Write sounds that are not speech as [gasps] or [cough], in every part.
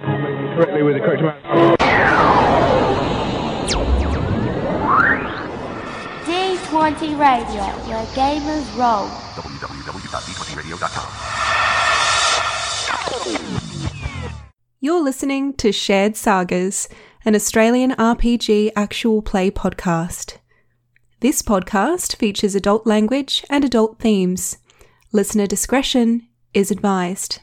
correctly with the correct amount. D20 Radio, where gamers roll. www.b20radio.com. You're listening to Shared Sagas, an Australian RPG actual play podcast. This podcast features adult language and adult themes. Listener discretion is advised.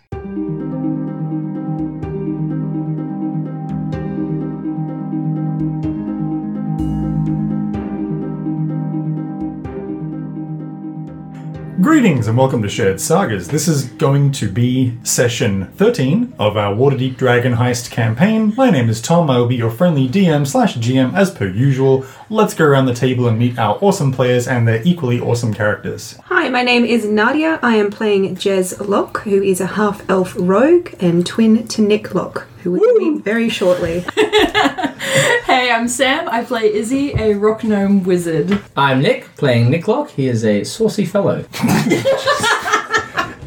Greetings and welcome to Shared Sagas. This is going to be session 13 of our Waterdeep Dragon Heist campaign. My name is Tom, I will be your friendly DM slash GM as per usual. Let's go around the table and meet our awesome players and their equally awesome characters. Hi, my name is Nadia. I am playing Jez Locke, who is a half elf rogue and twin to Nick Locke, who will meet very shortly. Hey, I'm Sam. I play Izzy, a rock gnome wizard. I'm Nick, playing Nick Locke. He is a saucy fellow.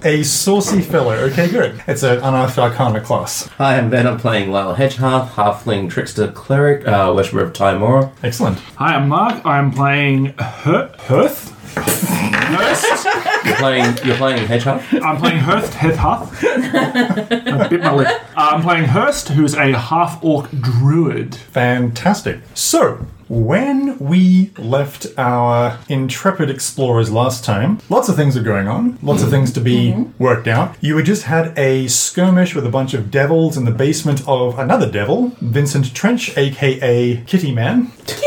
A saucy fellow, okay, good. It's an unearthed arcana class. Hi, I'm Ben. I'm playing Lyle Hedgehart, halfling trickster cleric, uh, worshiper of Timora. Excellent. Hi, I'm Mark. I'm playing Her- Hearth. Hearst. You're playing, you're playing Hedgehart. I'm playing Hearth. Heath Huth. I bit my lip. Uh, I'm playing Hearst, who's a half orc druid. Fantastic. So, when we left our intrepid explorers last time, lots of things were going on, lots of things to be worked out. You had just had a skirmish with a bunch of devils in the basement of another devil, Vincent Trench, aka Kitty Man. Kitty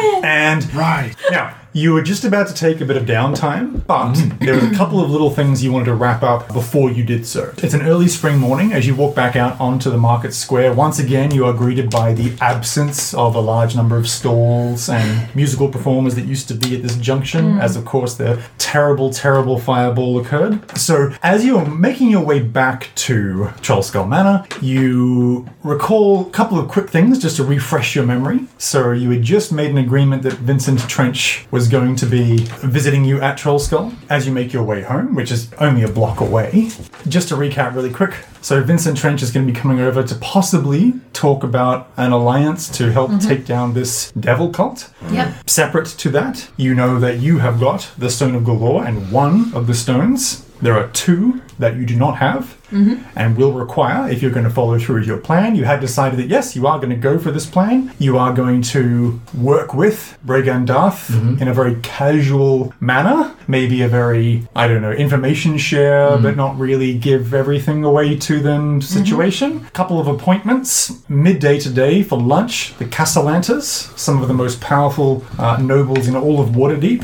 man! And Right. now, you were just about to take a bit of downtime, but there was a couple of little things you wanted to wrap up before you did so. It's an early spring morning as you walk back out onto the market square. Once again, you are greeted by the absence of a large number of stalls and musical performers that used to be at this junction, as of course the terrible, terrible fireball occurred. So, as you are making your way back to Trollskull Manor, you recall a couple of quick things just to refresh your memory. So, you had just made an agreement that Vincent Trench was going to be visiting you at Trollskull as you make your way home, which is only a block away. Just to recap really quick so, Vincent Trench is going to be coming over to possibly talk about an alliance to help take down this devil cult. Yep. Separate to that, you know that you have got the Stone of Galore and one of the stones. There are two that you do not have and will require if you're going to follow through with your plan. You had decided that yes, you are going to go for this plan. You are going to work with Bregan Darth in a very casual manner, maybe a very, I don't know, information share, but not really give everything away to them situation. Couple of appointments, midday today for lunch, the Castellantas, some of the most powerful uh, nobles in all of Waterdeep,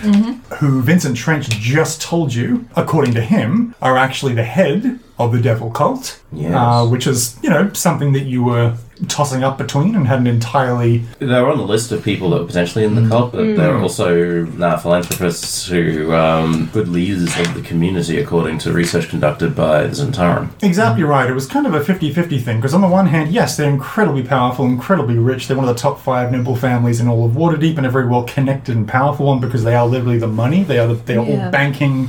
who Vincent Trench just told you, according to him, are actually the head of the devil cult, Yes. uh, which is, you know, something that you were tossing up between and hadn't entirely. They're on the list of people that were potentially in the cult, but they're also uh, philanthropists who um, good leaders of the community, according to research conducted by the Zentaran. Exactly right. It was kind of a 50 50 thing, because on the one hand, yes, they're incredibly powerful, incredibly rich. They're one of the top five noble families in all of Waterdeep and a very well connected and powerful one because they are literally the money. They are, the, they are all Yeah. banking,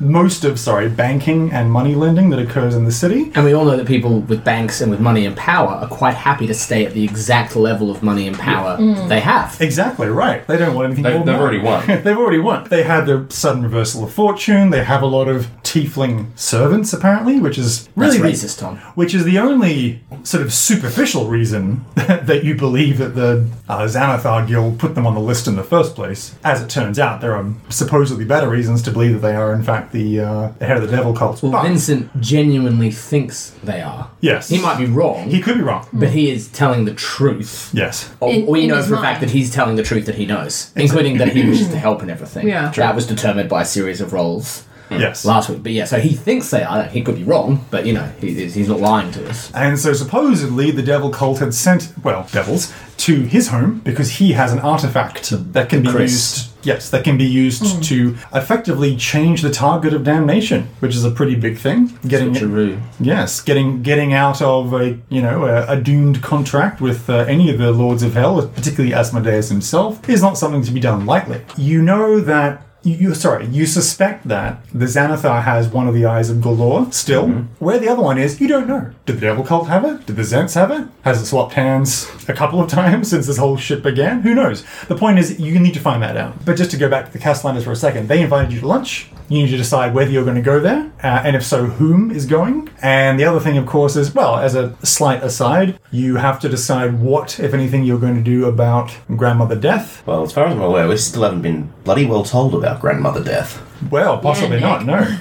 most of, sorry, banking and money lending that occurs in the city. And we all know that people with banks and with money and power are quite happy to stay at the exact level of money and power Mm. that they have. Exactly right. They don't want anything. They- more than they've that. already [laughs] won. they've already won. They had the sudden reversal of fortune. They have a lot of tiefling servants apparently, which is really That's the- racist, Tom. Which is the only sort of superficial reason [laughs] that you believe that the uh, Xanathar Guild put them on the list in the first place. As it turns out, there are supposedly better reasons to believe that they are, in fact, the, uh, the head of the devil cult. Well, But- Vincent genuinely thinks they are. Yes. He might be wrong, He could be wrong. but he is telling the truth. Yes. Or, In- or you in know his for a fact mind. that he's telling the truth that he knows, including that he wishes to help and everything. Yeah. That was determined by a series of roles Yes. last week. But yeah, so he thinks they are. He could be wrong, but you know, he, he's not lying to us. And so supposedly the devil cult had sent, well, devils, to his home because he has an artifact that can be Chris. used. Yes, that can be used to effectively change the target of damnation, which is a pretty big thing. Getting Switcheroo. yes, getting getting out of a you know a, a doomed contract with uh, any of the lords of hell, particularly Asmodeus himself, is not something to be done lightly. You know that you, you sorry, you suspect that the Xanathar has one of the eyes of Galore still. Where the other one is, you don't know. Did the Devil Cult have it? Did the Zents have it? Has it swapped hands a couple of times since this whole shit began? Who knows? The point is, you need to find that out. But just to go back to the Castellaners for a second, they invited you to lunch. You need to decide whether you're going to go there, uh, and if so, whom is going. And the other thing, of course, is well, as a slight aside, you have to decide what, if anything, you're going to do about grandmother death. Well, as far as I'm aware, we still haven't been bloody well told about grandmother death. Well, possibly Yeah, not. No.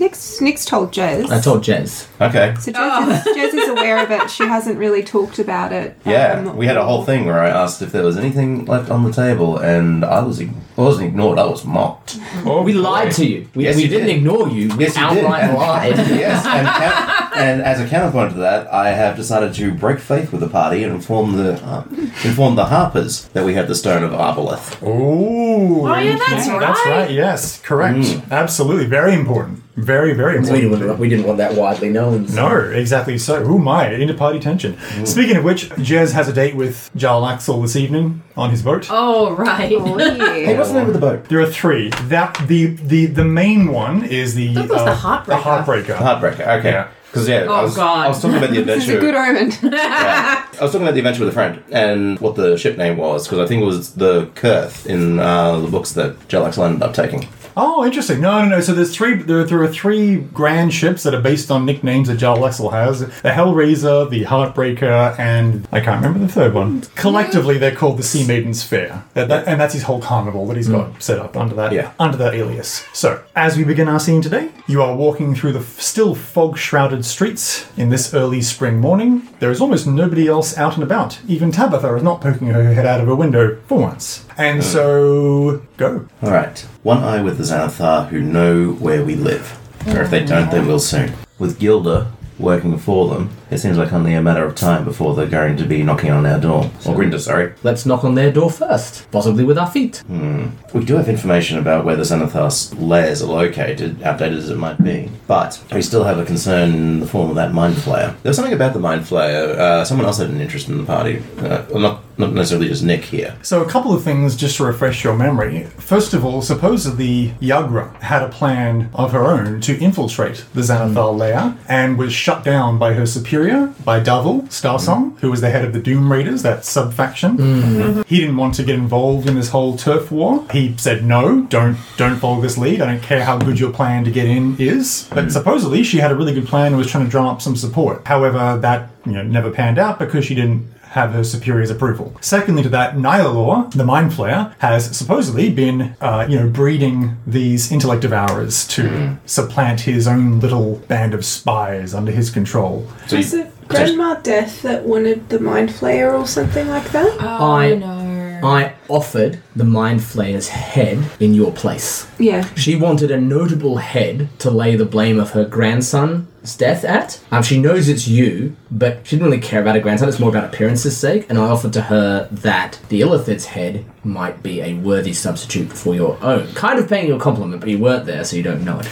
Nick's, Nick's told Jez. I told Jez. Okay. so Jez, is, Jez is aware of it. She hasn't really talked about it. Yeah, Um, we had a whole thing where I asked if there was anything left on the table, and I was ig- I wasn't ignored. I was mocked. We lied to you. We, Yes, we you didn't did. ignore you. We Yes, you did. outright [laughs] lied. yes, [laughs] and, coun- and as a counterpoint to that, I have decided to break faith with the party and inform the uh, inform the Harpers that we have the stone of Arbaleth. Ooh. Oh, yeah, that's right. That's right. Yes, correct. Absolutely. Very important. Very, very We important. didn't, want, we didn't want that widely known. No, exactly so. Who my inter party tension. Speaking of which, Jez has a date with Jarl Axel this evening on his boat. Oh, right. Oh, yeah. Hey, what's the name of the boat? There are three. That the the the main one is the uh, That was the Heartbreaker. The heartbreaker. Heartbreaker. Okay. Yeah. Because yeah, I Oh, was, God. I was talking about [laughs] the This is a adventure. good omen. yeah. I was talking about the adventure with a friend and what the ship name was because I think it was the Kurth in uh, the books that Jelax ended up taking. Oh, interesting. No, no, no. So there's three. There, there are three grand ships that are based on nicknames that Jarl Lexel has: the Hellraiser, the Heartbreaker, and I can't remember the third one. Collectively, they're called the Sea Maidens Fair, that, that, and that's his whole carnival that he's got set up under that Yeah. under that alias. So, as we begin our scene today, you are walking through the f- still fog shrouded streets in this early spring morning. There is almost nobody else out and about. Even Tabitha is not poking her head out of her window for once. And so, go. All right. One eye with the Xanathar who know where we live. Or if they don't, they will soon. With Gilda working for them, it seems like only a matter of time before they're going to be knocking on our door. Or Grinda, sorry. Let's knock on their door first, possibly with our feet. We do have information about where the Xanathar's lairs are located, outdated as it might be, but we still have a concern in the form of that Mind Flayer. There was something about the Mind Flayer. Uh, someone else had an interest in the party. Uh, well, not, not necessarily just Nick here. So, a couple of things just to refresh your memory. First of all, supposedly Yagra had a plan of her own to infiltrate the Xanathar lair and was shut down by her superior, by Davil Starsong, who was the head of the Doom Raiders, that sub faction. He didn't want to get involved in this whole turf war. He said, "No, don't don't follow this lead. I don't care how good your plan to get in is." But supposedly she had a really good plan and was trying to drum up some support. However, that you know never panned out because she didn't have her superior's approval. Secondly, to that, Nihilor, the Mind Flayer, has supposedly been, uh, you know, breeding these intellect devourers to supplant his own little band of spies under his control. So Was you, it Grandma Death that wanted the Mind Flayer or something like that? Uh, Oh, [laughs] I- no. I offered the Mind Flayer's head in your place. Yeah. She wanted a notable head to lay the blame of her grandson's death at. Um, she knows it's you, but she didn't really care about her grandson. It's more about appearance's sake. And I offered to her that the Illithid's head might be a worthy substitute for your own. Kind of paying you a compliment, but you weren't there, so you don't know it.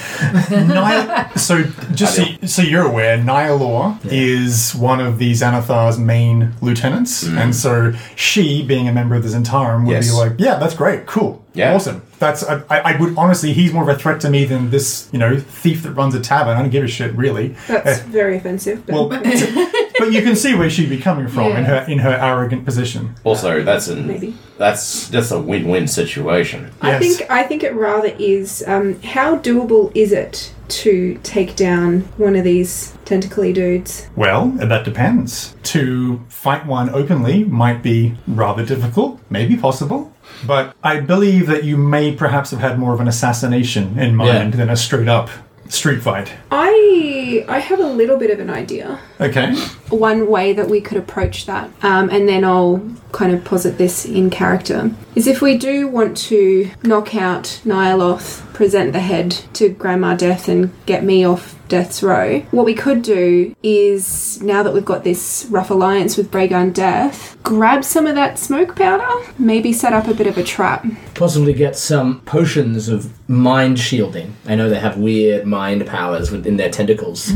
Nihil- so just so, so you're aware, Nihilor is one of the Xanathar's main lieutenants, and so she, being a member of the Zentarum, would Mm. Yes. be like, "Yeah, that's great, cool, Yeah. awesome." That's I, I I would honestly, he's more of a threat to me than this, you know, thief that runs a tavern. I don't give a shit, really. Eh, That's very offensive. But [laughs] Well, but you can see where she'd be coming from in Yeah. her in her arrogant position. also, that's an, Maybe. that's that's a win-win situation. I Yes. think I think it rather is um, how doable is it to take down one of these tentacly dudes? Well, that depends. To fight one openly might be rather difficult, maybe possible. But I believe that you may perhaps have had more of an assassination in mind Yeah. than a straight up street fight. I I have a little bit of an idea. Okay. one way that we could approach that, um, and then I'll kind of posit this in character, is if we do want to knock out Nyaloth, present the head to Grandma Death, and get me off Death's Row. What we could do is, now that we've got this rough alliance with Braegon Death, grab some of that smoke powder, maybe set up a bit of a trap. Possibly get some potions of mind shielding. I know they have weird mind powers within their tentacles.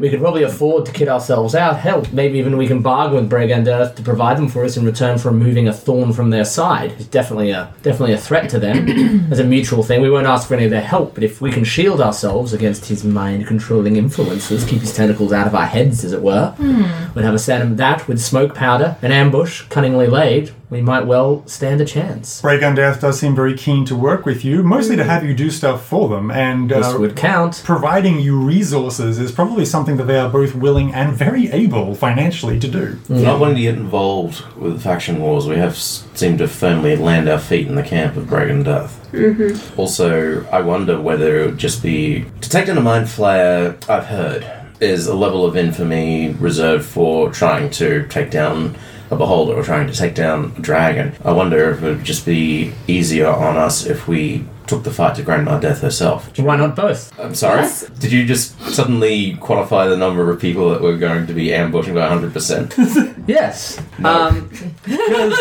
We could probably afford to kit ourselves out. Hell, maybe even we can bargain with Brigand Earth to provide them for us in return for removing a thorn from their side. It's definitely a definitely a threat to them. As a mutual thing, we won't ask for any of their help, but if we can shield ourselves against his mind controlling influences, keep his tentacles out of our heads, as it were, we'd have a set of that with smoke powder, an ambush cunningly laid, we might well stand a chance. Break Death does seem very keen to work with you, mostly to have you do stuff for them, and This uh, would count. providing you resources is probably something that they are both willing and very able financially to do. Not wanting to get involved with faction wars, we have s- seemed to firmly land our feet in the camp of Dragon Death. Mm-hmm. Also, I wonder whether it would just be to take down a mind flayer. I've heard is a level of infamy reserved for trying to take down a beholder or trying to take down a dragon. I wonder if it would just be easier on us if we took the fight to Grandma Death herself. Why not both? I'm sorry. Did you just suddenly quantify the number of people that we're going to be ambushing by 100%? Yes. Um, because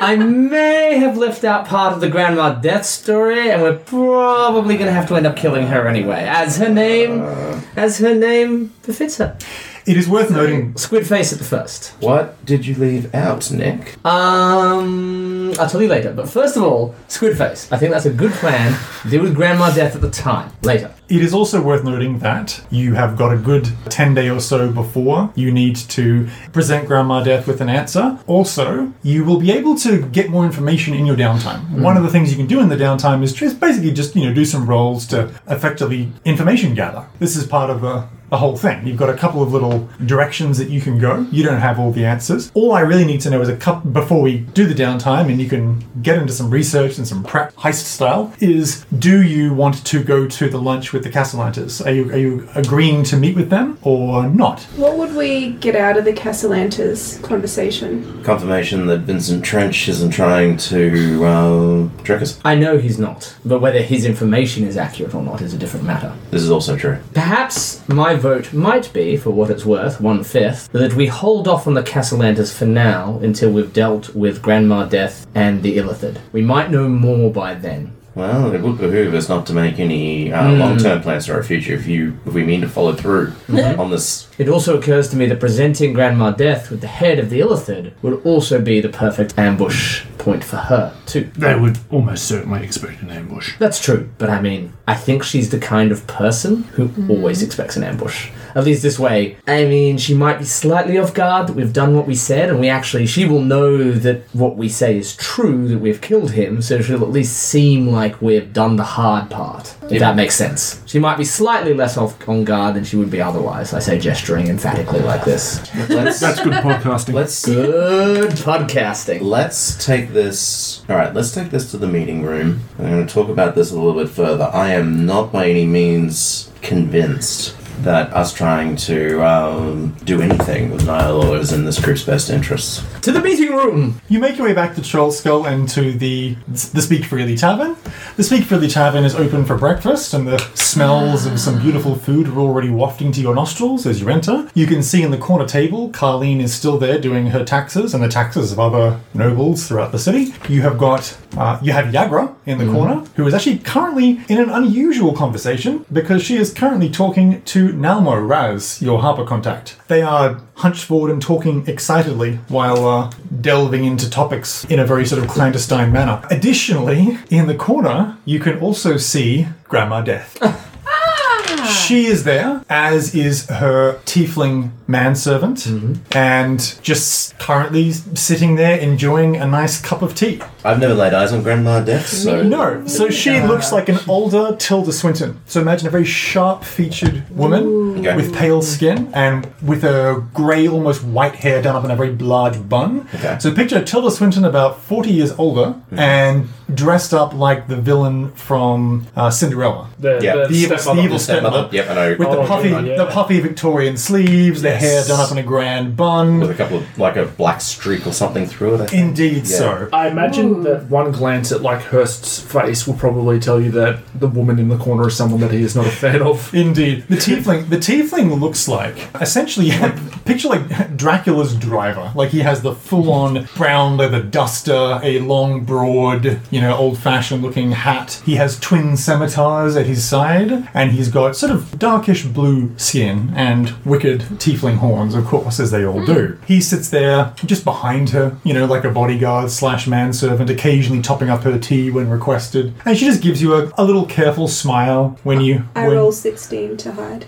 I may have left out part of the grandma death story, and we're probably going to have to end up killing her anyway, as her name, as her name befits her. It is worth noting Squid face at the first. what did you leave out, Nick? Um, I'll tell you later. But first of all, squid face. I think that's a good plan. Deal with grandma death at the time. Later. It is also worth noting that you have got a good 10 day or so before you need to present Grandma Death with an answer. Also, you will be able to get more information in your downtime. One of the things you can do in the downtime is just basically just, you know, do some rolls to effectively information gather. This is part of the the whole thing. You've got a couple of little directions that you can go. You don't have all the answers. All I really need to know is a couple before we do the downtime, and you can get into some research and some prep heist style. Is do you want to go to the lunch with the Castellantis? Are you are you agreeing to meet with them or not? What would we get out of the Castellantas conversation? Confirmation that Vincent Trench isn't trying to uh, trick us. I know he's not, but whether his information is accurate or not is a different matter. This is also true. Perhaps my vote might be, for what it's worth, one fifth, that we hold off on the Castellantas for now until we've dealt with Grandma Death and the Illithid. We might know more by then. Well, it would behoove us not to make any uh, long-term plans for our future if you if we mean to follow through on this. It also occurs to me that presenting Grandma Death with the head of the Illithid would also be the perfect ambush point for her, too. They would almost certainly expect an ambush. That's true, but I mean, I think she's the kind of person who always expects an ambush. At least this way. I mean, she might be slightly off guard that we've done what we said, and we actually, she will know that what we say is true, that we've killed him, so she'll at least seem like we've done the hard part, if that makes sense. She might be slightly less off on guard than she would be otherwise, I say, gesturing emphatically like this. Let's That's good podcasting. let's Good podcasting. let's take this. All right, let's take this to the meeting room. I'm going to talk about this a little bit further. I am not by any means convinced that us trying to um, do anything with Nihil is in this group's best interests. To the meeting room! You make your way back to Troll Skull and to the the Speak Freely Tavern. The Speak Freely Tavern is open for breakfast, and the smells of some beautiful food are already wafting to your nostrils as you enter. You can see in the corner table, Carlene is still there doing her taxes and the taxes of other nobles throughout the city. You have got uh, you have Yagra in the corner, who is actually currently in an unusual conversation because she is currently talking to Nalmo Raz, your harper contact. They are hunched forward and talking excitedly while uh, delving into topics in a very sort of clandestine manner. Additionally, in the corner, you can also see Grandma Death. She is there, as is her tiefling manservant, and just currently sitting there enjoying a nice cup of tea. I've never laid eyes on Grandma Death, so No, so she looks like an older Tilda Swinton. So imagine a very sharp featured woman Okay. with pale skin and with a grey, almost white hair done up in a very large bun. Okay. Hmm. So picture Tilda Swinton about 40 years older and dressed up like the villain from uh, Cinderella. The, Yeah. The evil, stepmother. the evil stepmother. stepmother. Yep, I know. With the Oh, puffy, yeah. the puffy Victorian sleeves, the Yes. hair done up in a grand bun. with a couple of like a black streak or something through it. I think. Indeed, so. I imagine that one glance at like Hurst's face will probably tell you that the woman in the corner is someone that he is not a fan of. Indeed, the tiefling. The tiefling looks like essentially picture like Dracula's driver. Like he has the full-on brown leather duster, a long, broad, you know, old-fashioned looking hat. He has twin scimitars at his side, and he's got sort of darkish blue skin and wicked tiefling horns, of course, as they all do. He sits there just behind her, you know, like a bodyguard slash manservant, occasionally topping up her tea when requested, and she just gives you a, a little careful smile when you. I when, roll 16 to hide.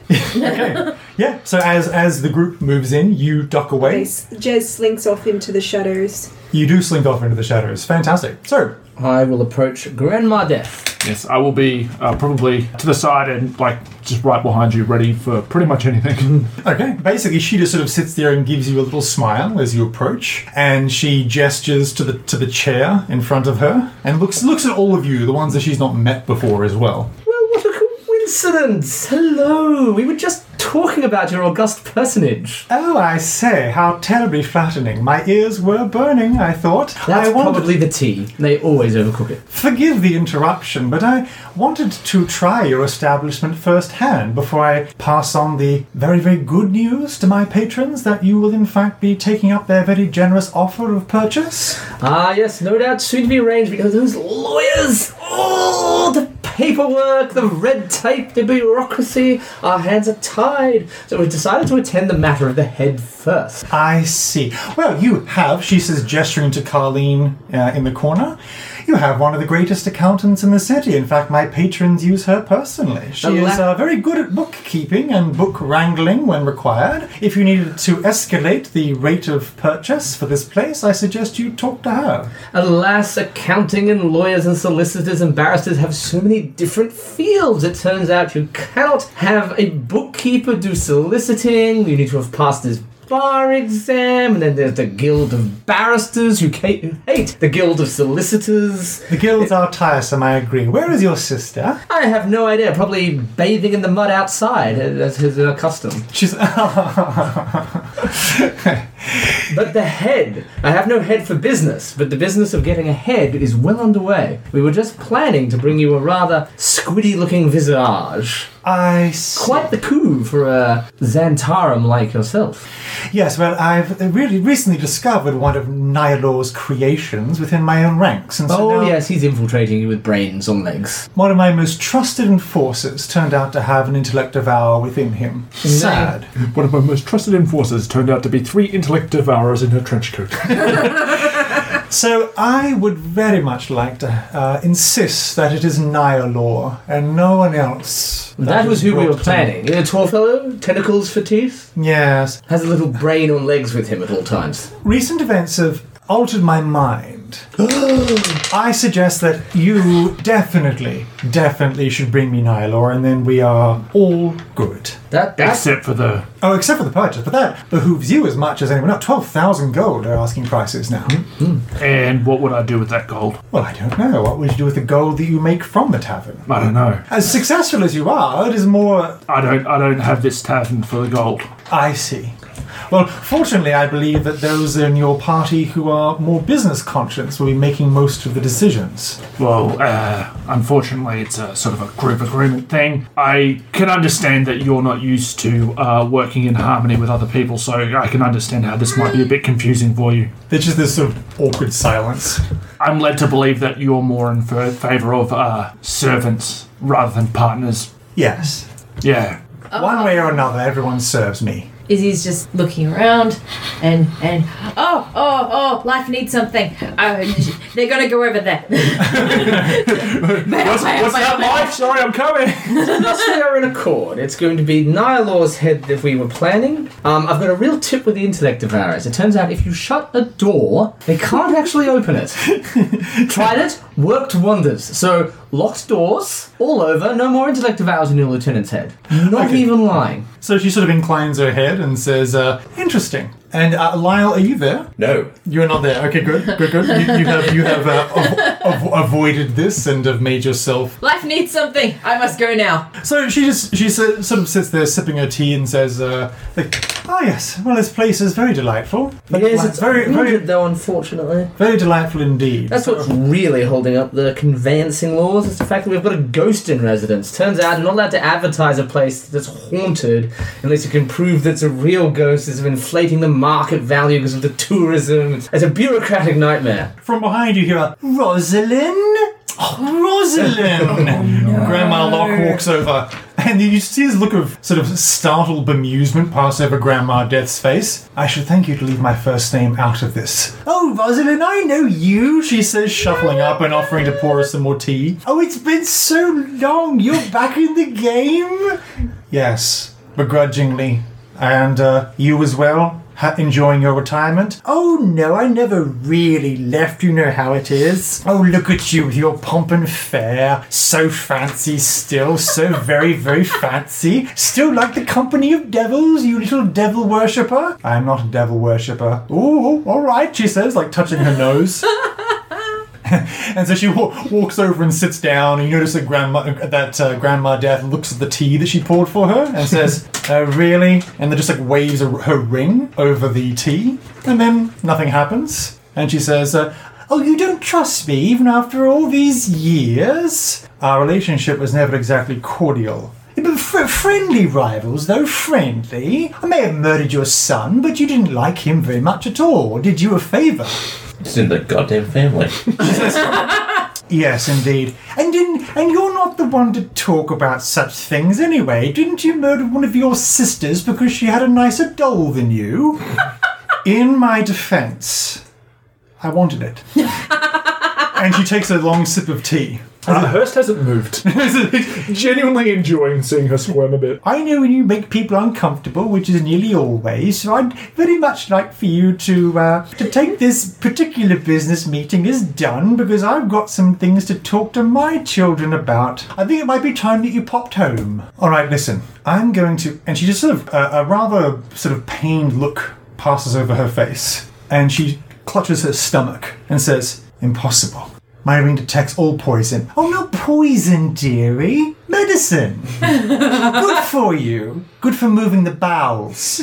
yeah. So as as the group moves in, you duck away. Jez Jez slinks off into the shadows. You do slink off into the shadows. Fantastic. So I will approach Grandma Death. [laughs] Yes, I will be uh, probably to the side and like just right behind you, ready for pretty much Mm-hmm. anything. okay, basically she just sort of sits there and gives you a little smile as you approach, and she gestures to the to the chair in front of her and looks looks at all of you, the ones that she's not met before as well. Well, what a coincidence! Hello! We were just talking about your august personage. Oh, I say, how terribly flattering! My ears were burning. I thought That's I wanted probably the tea. They always overcook it. Forgive the interruption, but I wanted to try your establishment firsthand before I pass on the very, very good news to my patrons that you will, in fact, be taking up their very generous offer of purchase. Ah, yes, no doubt soon to be arranged because those lawyers! Oh, the paperwork, the red tape, the bureaucracy, our hands are tied. So we decided to attend the matter of the head first. I see. Well, you have, she says, gesturing to Carline uh, in the corner. You have one of the greatest accountants in the city. In fact, my patrons use her personally. She The la- is uh, very good at bookkeeping and book wrangling when required. If you needed to escalate the rate of purchase for this place, I suggest you talk to her. Alas, accounting and lawyers and solicitors and barristers have so many different fields. It turns out you cannot have a bookkeeper do soliciting, you need to have passed his bar exam, and then there's the Guild of Barristers who ca- who hate the Guild of Solicitors. The guilds are tiresome, I agree. Where is your sister? I have no idea, probably bathing in the mud outside, uh, that's his uh, custom. She's. [laughs] But the head. I have no head for business, but the business of getting a head is well underway. We were just planning to bring you a rather squiddy looking visage. I see. Quite the coup for a Xantarum like yourself. Yes, well, I've really recently discovered one of Nylor's creations within my own ranks, and so Oh, now yes, he's infiltrating you with brains on legs. one of my most trusted enforcers turned out to have an intellect devour within him. Sad. One of my most trusted enforcers turned out to be three intellect devourers in her [laughs] trench coat. So I would very much like to uh, insist that it is Nylor and no one else. That was who we were brought to- planning. A tall fellow, tentacles for teeth, Yes, has a little brain on legs with him at all times. Recent events have altered my [gasps] mind. I suggest that you definitely, definitely should bring me Nylor, and then we are all good. That, that's Except for the Oh, except for the purchase, but that behooves you as much as anyone else. 12,000 gold are asking prices now. and what would I do with that gold? Well, I don't know. What would you do with the gold that you make from the tavern? I don't know. As successful as you are, it is more I don't. I don't have this tavern for the gold. I see. Well, fortunately, I believe that those in your party who are more business conscious will be making most of the decisions. Well, uh, unfortunately, it's a sort of a group agreement thing. I can understand that you're not used to uh, working in harmony with other people, so I can understand how this might be a bit confusing for you. There's just this sort of awkward silence. I'm led to believe that you're more in f- favor of uh, servants rather than partners. Yes. Yeah. One way or another, everyone serves me. Izzy's just looking around and and oh oh oh life needs something. Oh, they're gonna go over there. [laughs] What's, what's that life? Sorry, I'm coming. Thus we are in accord. It's going to be Nylor's head that we were planning. Um, I've got a real tip with the intellect devourers. It turns out if you shut a door, they can't actually open it. Tried it, worked wonders. So locked doors all over. No more intellect devourers in your lieutenant's head. Not even lying. So she sort of inclines her head and says, uh, Interesting. And uh, Lyle, are you there? No. You are not there. Okay, good, good, good. You, you have you have uh, av- av- avoided this and have made yourself Life needs something. I must go now. So she just she s- sort of sits there sipping her tea and says, uh, like, "Ah yes, well this place is very delightful. But Yes, like, it's very very though, unfortunately. very delightful indeed." That's what's really holding up the conveyancing laws. It's the fact that we've got a ghost in residence. Turns out you're not allowed to advertise a place that's haunted unless you can prove that it's a real ghost. It's inflating the market value because of the tourism. It's a bureaucratic nightmare. From behind you hear a Rosalind, Rosalind. Grandma Locke walks over, and you see this look of sort of startled bemusement pass over Grandma Death's face. I should thank you to leave my first name out of this. Oh, Rosalind, I know you. She says, shuffling up and offering to pour us some more tea. Oh, it's been so long. You're back in the game. Yes, begrudgingly. And uh, you as well? Ha- enjoying your retirement? Oh no, I never really left. You know how it is. Oh, look at you with your pomp and fair. So fancy still. So very, very fancy. Still like the company of devils, you little devil worshipper. I'm not a devil worshipper. Ooh, alright, she says, like touching her nose. And so she wa- walks over and sits down, and you notice that grandma, that uh, grandma death looks at the tea that she poured for her and says, "Oh, really?" And then just like waves her, her ring over the tea, and then nothing happens. And she says, uh, "Oh, you don't trust me even after all these years. Our relationship was never exactly cordial." But fr- friendly rivals, though friendly. I may have murdered your son, but you didn't like him very much at all. Did you a favour? It's in the goddamn family. [laughs] Yes, indeed. And in, and you're not the one to talk about such things anyway. Didn't you murder one of your sisters because she had a nicer doll than you? in my defense, I wanted it. and she takes a long sip of tea. [laughs] And the Hearst hasn't moved. Genuinely enjoying seeing her squirm a bit. I know when you make people uncomfortable, which is nearly always, so I'd very much like for you to uh, to take this particular business meeting as done because I've got some things to talk to my children about. I think it might be time that you popped home. All right, listen, I'm going to, and she just sort of uh, a rather sort of pained look passes over her face, and she clutches her stomach and says, "Impossible." My ring detects all poison. Oh, no poison, dearie. Medicine good for you. Good for moving the bowels.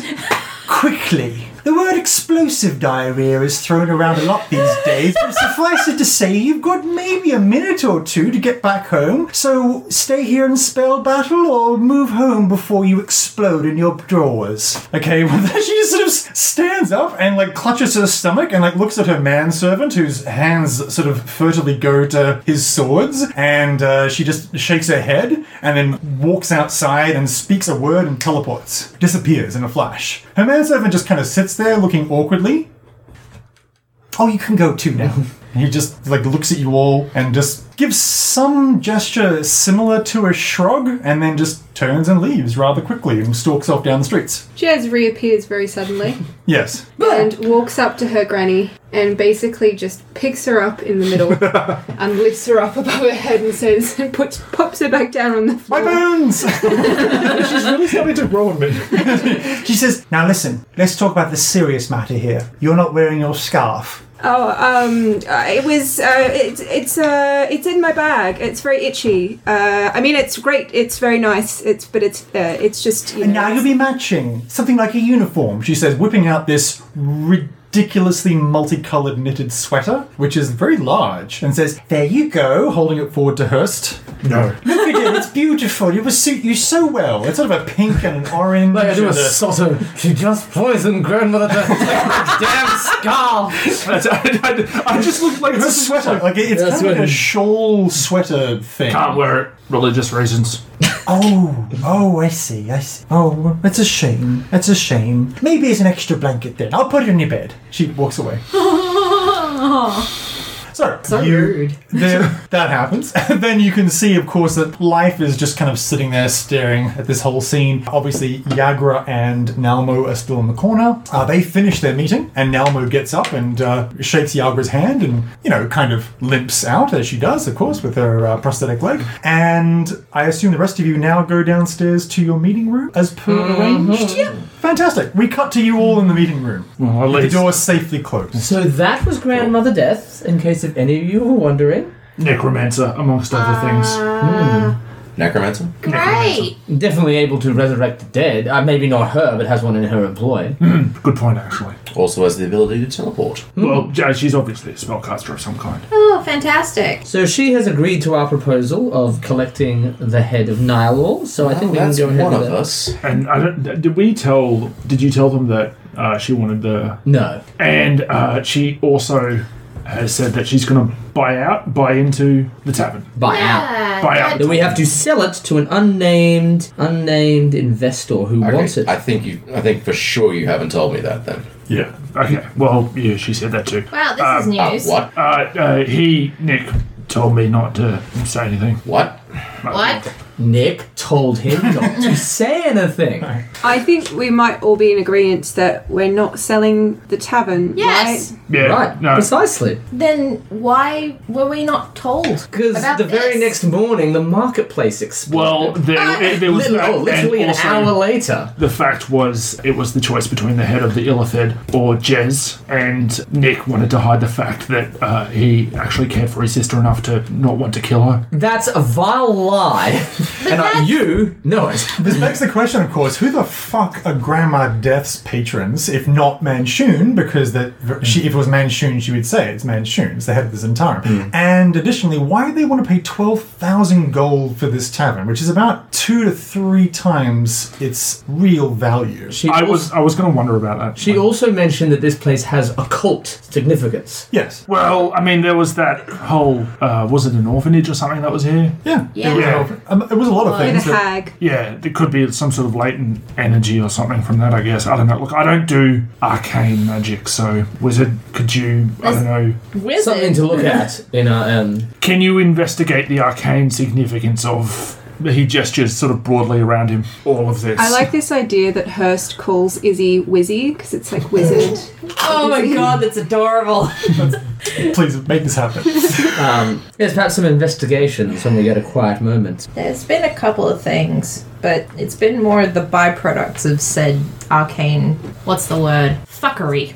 Quickly. The word explosive diarrhea is thrown around a lot these days, but suffice it to say, you've got maybe a minute or two to get back home. So stay here and spell battle, or move home before you explode in your drawers. Okay, [laughs] well, then she just sort of s- stands up and like clutches her stomach and like looks at her manservant, whose hands sort of furtively go to his swords, and uh, she just shakes her head and then walks outside and speaks a word and teleports, disappears in a flash. Her manservant just kind of sits there looking awkwardly. Oh, you can go too now. And he just like looks at you all and just gives some gesture similar to a shrug, and then just turns and leaves rather quickly and stalks off down the streets. Jez reappears very suddenly [laughs] Yes. and walks up to her granny and basically just picks her up in the [laughs] middle and lifts her up above her head and says, [laughs] and puts, pops her back down on the My floor. bones. She's really starting to grow on me. She says, Now listen, let's talk about the serious matter here. You're not wearing your scarf. Oh, um, uh, it was, uh, it's, it's, uh, it's in my bag. It's very itchy. Uh, I mean, it's great. It's very nice. It's, but it's, uh, it's just, you And know, now you'll be matching something like a uniform, she says, whipping out this ridiculously multicolored knitted sweater, which is very large, and says, There you go, holding it forward to Hurst. No. [laughs] Look at it, it's beautiful. It will suit you so well. It's sort of a pink and an orange. Like I do a and a- sotto. She just poisoned grandmother Death with a damn scarf. I, I- I just looked like it's a Hearst is sweater. Like it's Yeah, kind of like a sweater. shawl sweater thing. Can't wear it. Religious reasons. Oh, oh, I see, I see. Oh, it's a shame. It's a shame. Maybe it's an extra blanket then. I'll put it in your bed. She walks away. So, So you, rude. There, that happens. [laughs] And then you can see, of course, that life is just kind of sitting there staring at this whole scene. Obviously, Yagra and Nalmo are still in the corner. Uh, they finish their meeting, and Nalmo gets up and uh, shakes Yagra's hand and, you know, kind of limps out, as she does, of course, with her uh, prosthetic leg. And I assume the rest of you now go downstairs to your meeting room as per arranged. Fantastic. We cut to you all in the meeting room. Well, The at least door safely closed. So that was Grandmother Death, in case if any of you were wondering. necromancer, amongst other things. Necromancer? Great. Definitely able to resurrect the dead. Uh, maybe not her, but has one in her employ. Good point, actually. Also has the ability to teleport. Well, yeah, she's obviously a spellcaster of some kind. Oh, fantastic. So she has agreed to our proposal of collecting the head of Nylor. So I think we can That's go ahead one with of it. us. And I don't, did we tell? Did you tell them that uh, she wanted the? No. And uh, she also has said that she's going to buy out, buy into the tavern. Buy out. Yeah, Buy Uh, that- out. Then we have to sell it to an unnamed, unnamed investor who wants it. I think you. I think for sure you haven't told me that then. Yeah. Okay. Well, yeah, she said that too. Wow, this is Uh, news. what? Uh, uh, he, Nick, told me not to say anything. What? What? Nick told him not to say anything. I think we might all be in agreement that we're not selling the tavern. Yes. Right? Yeah. Right, No. precisely. Then why were we not told? Because about the very this? Ah! next morning, the marketplace exploded. Well, there, it- there was Lit- that, oh, literally and an also hour later. The fact was, it was the choice between the head of the Illithid or Jez, and Nick wanted to hide the fact that uh, he actually cared for his sister enough to not want to kill her. That's a vile lie, [laughs] and I, you know it. This begs the question, of course, who the fuck are Grandma Death's patrons if not Manchun? Because that she, if it was Manchun, she would say it's Manchun. It's the head of the Zentara. And additionally, why do they want to pay twelve thousand gold for this tavern, which is about two to three times its real value? She I al- was I was going to wonder about that. She also mentioned that this place has occult significance. Yes. well, I mean, there was that whole uh, was it an orphanage or something that was here? Yeah. Yeah. It was, an- um, it was a lot of With things. a that- hag. Yeah, there could be some sort of latent energy or something from that. I guess I don't know. Look, I don't do arcane magic, so wizard, could you? I don't know. Wizard. Something to look at in our um, Can you investigate the arcane significance of? He gestures sort of broadly around him. All of this. I like this idea that Hearst calls Izzy Wizzy because it's like wizard. oh my god, that's adorable. Please make this happen. um, yes, perhaps some investigations when we get a quiet moment. There's been a couple of things, but it's been more the byproducts of said arcane. What's the word? Fuckery.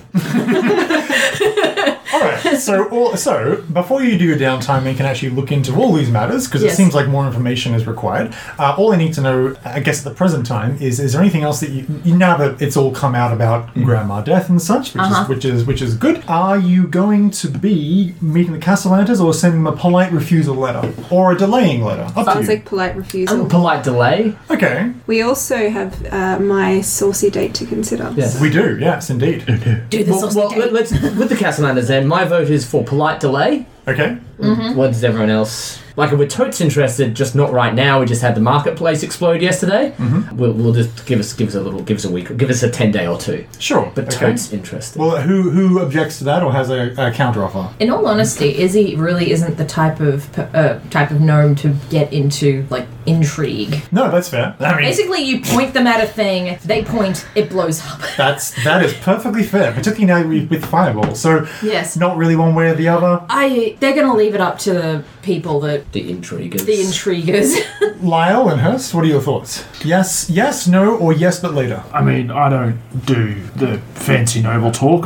all right. So, all, so before you do your downtime and can actually look into all these matters, because Yes. it seems like more information is required. Uh, all I need to know, I guess, at the present time is: is there anything else that you, you now that it's all come out about Grandma Death and such, which Uh-huh. is which is which is good? Are you going to be meeting the Castellantas or sending them a polite refusal letter or a delaying letter? Up to Sounds you. like polite refusal. Polite delay. okay, we also have uh, my saucy date to consider. Yes. we do. Yes, indeed. Do this Well, well let, us with the Castellaners then. My vote is for polite delay. Okay. What does everyone else? Like, if we're totes interested, just not right now. We just had the marketplace explode yesterday. Mm-hmm. We'll, we'll just give us give us a little, give us a week, give us a ten day or two. Sure. But okay. totes interested. Well, who who objects to that or has a, a counter offer? In all honesty, Izzy really isn't the type of p- uh, type of gnome to get into like intrigue. No, that's fair. I mean, Basically, you point them at a thing, they point, it blows up. [laughs] That's that is perfectly fair, particularly now we- with Fireball. So Yes. it's not really one way or the other. I. They're gonna leave it up to the people that the intrigue. is- the [laughs] intriguers. Lyle and Hurst, what are your thoughts? Yes, yes, no, or yes, but later. I mean, I don't do the fancy noble talk.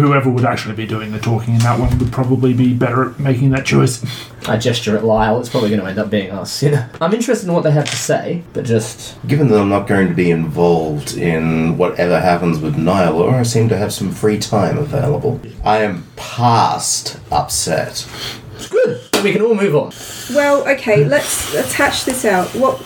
Whoever would actually be doing the talking in that one would probably be better at making that choice. I gesture at Lyle. It's probably going to end up being us. You know, I'm interested in what they have to say, but just Given that I'm not going to be involved in whatever happens with Nylor, I seem to have some free time available. I am past upset. it's good. We can all move on. Well, okay, let's let's hatch this out. What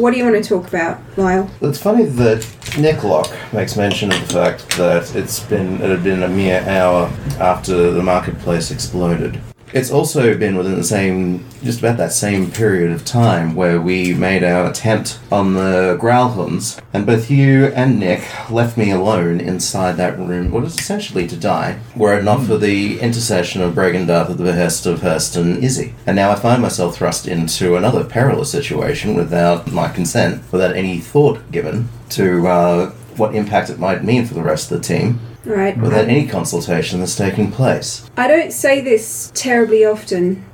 what do you want to talk about, Lyle? It's funny that Nicklock makes mention of the fact that it's been it had been a mere hour after the marketplace exploded. It's also been within the same, just about that same period of time where we made our attempt on the Growlhunds, and both you and Nick left me alone inside that room, what is essentially to die, were it not for the intercession of Bregendarth at the behest of Hurst and Izzy. And now I find myself thrust into another perilous situation without my consent, without any thought given to uh, what impact it might mean for the rest of the team, All right. without any consultation that's taking place. I don't say this terribly often,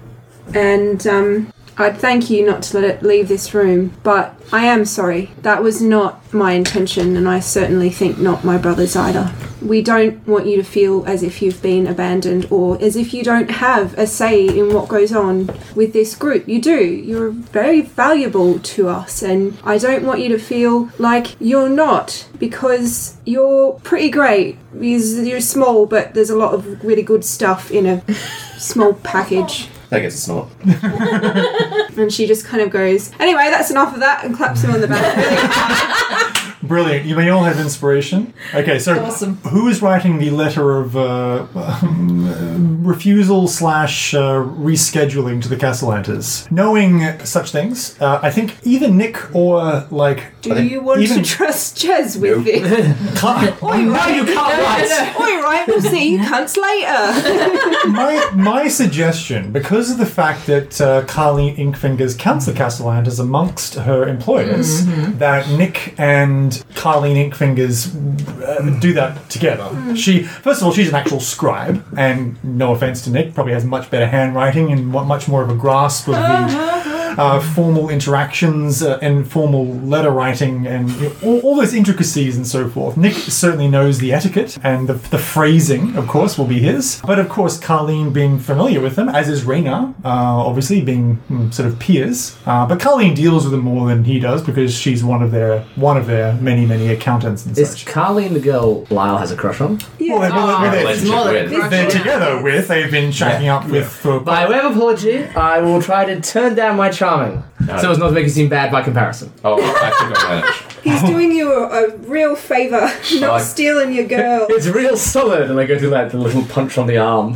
and um, I'd thank you not to let it leave this room, but I am sorry. That was not my intention, and I certainly think not my brother's either. We don't want you to feel as if you've been abandoned or as if you don't have a say in what goes on with this group. You do. You're very valuable to us, and I don't want you to feel like you're not because you're pretty great. You's- You're small, but there's a lot of really good stuff in a small package. That gets a snort. And she just kind of goes, anyway, that's enough of that, and claps him on the back. Brilliant. You may all have inspiration. Okay, so Awesome. who is writing the letter of uh, um, refusal slash uh, rescheduling to the Castellanters? Knowing such things, uh, I think either Nick or like. Do you want even- to trust Jez with Nope. this? Oi, you can't lie. All right, we'll see you cunts later. my, my suggestion, because of the fact that uh, Carly Inkfingers counts the Castellantas amongst her employers, that Nick and Carly Inkfingers uh, do that together. She, first of all, she's an actual scribe, and no offense to Nick, probably has much better handwriting and mu- much more of a grasp of the. Uh, formal interactions uh, and formal letter writing and you know, all, all those intricacies and so forth. Nick certainly knows the etiquette and the, the phrasing, of course, will be his. But of course, Carleen being familiar with them, as is Reyna, uh, obviously being mm, sort of peers. Uh, but Carleen deals with them more than he does because she's one of their one of their many many accountants and Is such. Carly the girl Lyle has a crush on? Well, they- well, Ah, they're- it's more than Relationship they're crushing. together with. They've been shacking up with for By way of apology, I will try to turn down my charming so as not to make you seem bad by comparison. Oh, I think I managed. He's doing you a, a real [laughs] favour, not Like- stealing your [laughs] girl. It's real solid, and I go do like the little punch on the arm.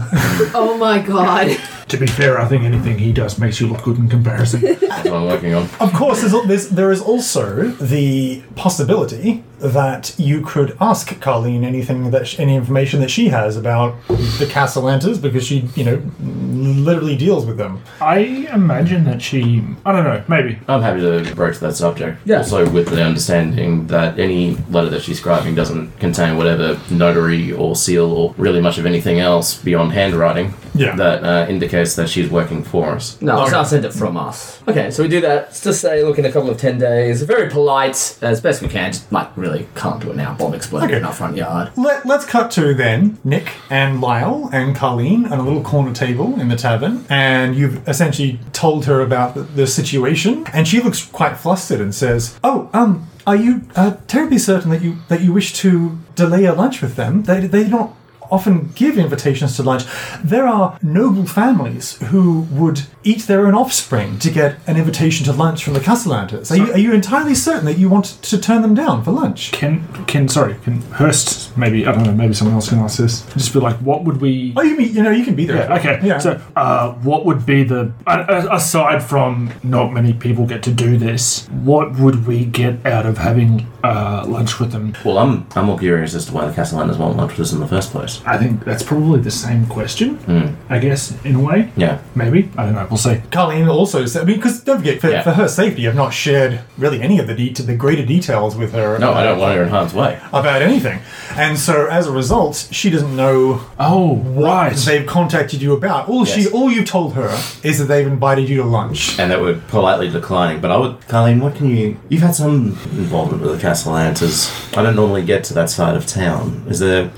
Oh my god. To be fair, I think anything he does makes you look good in [laughs] comparison. That's what I'm working on. Of course, there's, al- there's, there is also the possibility that you could ask Carlene anything that sh- any information that she has about the Castellantas because she, you know, literally deals with them. I imagine that she. I don't know, maybe. I'm happy to broach that subject. Yeah. Also, with the understanding that any letter that she's scribing doesn't contain whatever notary or seal or really much of anything else beyond handwriting Yeah. that uh, indicates that she's working for us. No, so I'll send it from us. Okay, so we do that. Let's just say, look, in a couple of 10 days, very polite, as best we can. Just, like, really can't do it now. Bomb exploded Okay. in our front yard. Let, let's cut to then Nick and Lyle and Carlene on a little corner table in the tavern, and you've essentially told her about the, the situation, and she looks quite flustered and says, "Oh, um, are you uh, terribly certain that you that you wish to delay a lunch with them? They they don't." Often give invitations to lunch. There are noble families who would eat their own offspring to get an invitation to lunch from the Castellantas. Are you, are you entirely certain that you want to turn them down for lunch? Can, can, sorry, can Hearst, maybe, I don't know, maybe someone else can ask this. Just be like, what would we. Oh, you mean you know you can be there? Yeah, okay. Yeah. So, uh, what would be the uh, uh, aside from not many people get to do this? What would we get out of having uh, lunch with them? Well, I'm I'm more curious as to why the Castellaners want lunch with us in the first place. I think that's probably the same question. I guess in a way, Yeah. maybe I don't know. We'll see. Carlene also said, I mean, because don't forget, for, Yeah. for her safety, I've not shared really any of the, de- the greater details with her No, I don't want her in harm's way. about anything. And so as a result, she doesn't know Oh, what right. they've contacted you about. All she, Yes. all you told her is that they've invited you to lunch. And that we're politely declining. But I would, Carleen, what can you? You've had some involvement with the Castellantas. I don't normally get to that side of town. Is there?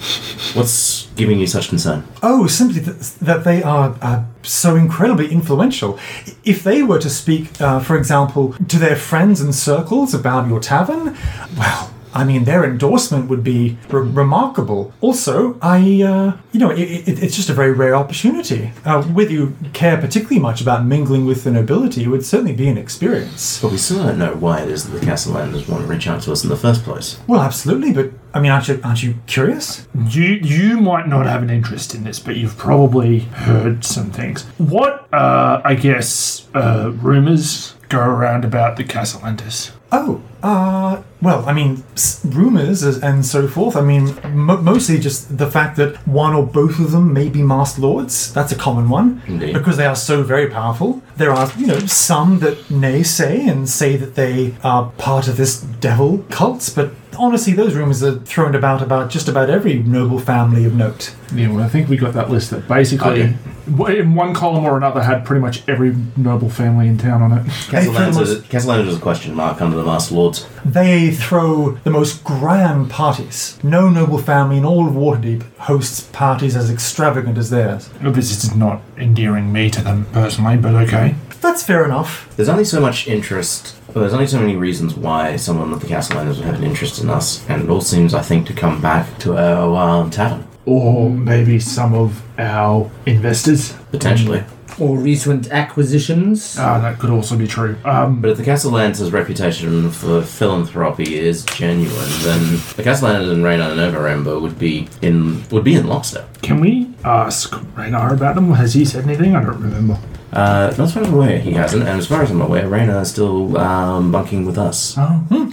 What's giving you such concern? Oh, simply th- that they are uh, so incredibly influential. If they were to speak, uh, for example, to their friends and circles about your tavern, well, I mean, their endorsement would be re- remarkable. Also, I, uh, you know, i it, it's just a very rare opportunity. Uh, whether you care particularly much about mingling with the nobility, it would certainly be an experience. But we still don't know why it is that the Castellaners want to reach out to us in the first place. Well, absolutely, but I mean, aren't you, aren't you curious? You you might not have an interest in this, but you've probably heard some things. What uh, I guess uh, rumors go around about the Castellantis. Oh, Uh, well, I mean, s- rumors as- and so forth. I mean, mo mostly just the fact that one or both of them may be masked lords. That's a common one. Indeed. Because they are so very powerful. There are, you know, some that naysay and say that they are part of this devil cult, but honestly, those rumors are thrown about about just about every noble family of note. Yeah, well, I think we got that list that basically, Okay. w in one column or another, had pretty much every noble family in town on it. They throw the Castellanza most- Castellanza is a question mark under the Master Lords. They throw the most grand parties. No noble family in all of Waterdeep hosts parties as extravagant as theirs. Well, This is not endearing me to them personally, but okay. That's fair enough. There's only so much interest. Well, there's only so many reasons why someone at the Castellaners would have an interest in us, and it all seems, I think, to come back to our um, tavern Or maybe some of our investors. potentially. Or recent acquisitions. Ah, that could also be true. Um, But if the Castellanzer's reputation for philanthropy is genuine, then the Castellaners and Reynard and Overember would be in would be in lockstep. can we ask Raynar about them? Has he said anything? I don't remember. Uh, not as far as I'm aware, he hasn't, and as far as I'm aware, Reynard is still um, bunking with Oh, us.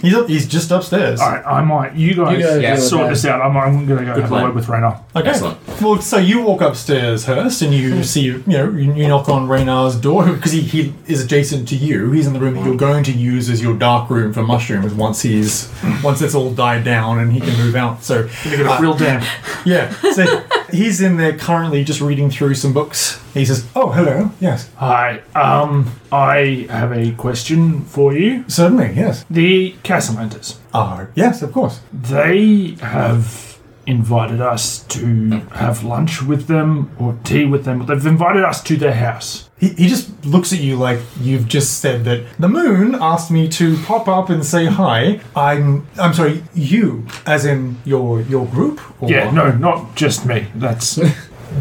He's, up, he's just upstairs. All right, I might. You guys You go Yeah, deal with sort that. this out. I'm, I'm going to go have plan. a word with Raynar. Okay. Excellent. Well, so you walk upstairs, Hurst, and you see, you know, you, you knock on Reynard's door because he, he is adjacent to you. He's in the room that you're going to use as your dark room for mushrooms once he's once it's all died down and he can move out. So uh, Real damn. yeah, so he's in there currently just reading through some books. He says, "Oh, hello. Yes, Hi. Um, I have a question for you. certainly. Yes. The Casamenters. Ah, yes, of course. They have invited us to have lunch with them or tea with them. They've invited us to their house. He, he just looks at you like you've just said that the moon asked me to pop up and say hi. I'm I'm sorry, you as in your your group. Or Yeah, no, not just me. That's.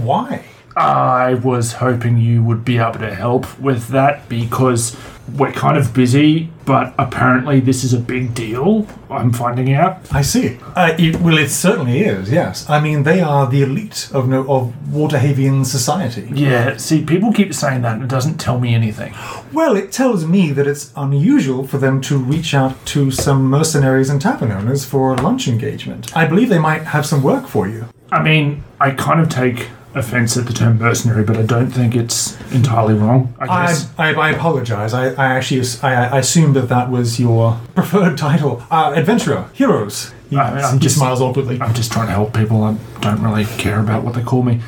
Why? I was hoping you would be able to help with that because we're kind of busy, but apparently this is a big deal. I'm finding out. I see. Uh, it, well, it certainly is. Yes, I mean they are the elite of no, of Waterhavian society. Yeah, see, people keep saying that and it doesn't tell me anything. Well, it tells me that it's unusual for them to reach out to some mercenaries and tavern owners for a lunch engagement. I believe they might have some work for you. I mean, I kind of take offense at the term mercenary, but I don't think it's entirely wrong. I I, guess. I, I apologize. I, I actually I, I assumed that that was your [laughs] preferred title. Uh, adventurer, heroes. He, I mean, I'm he just- smiles awkwardly. I'm just trying to help people. I don't really care about what they call me.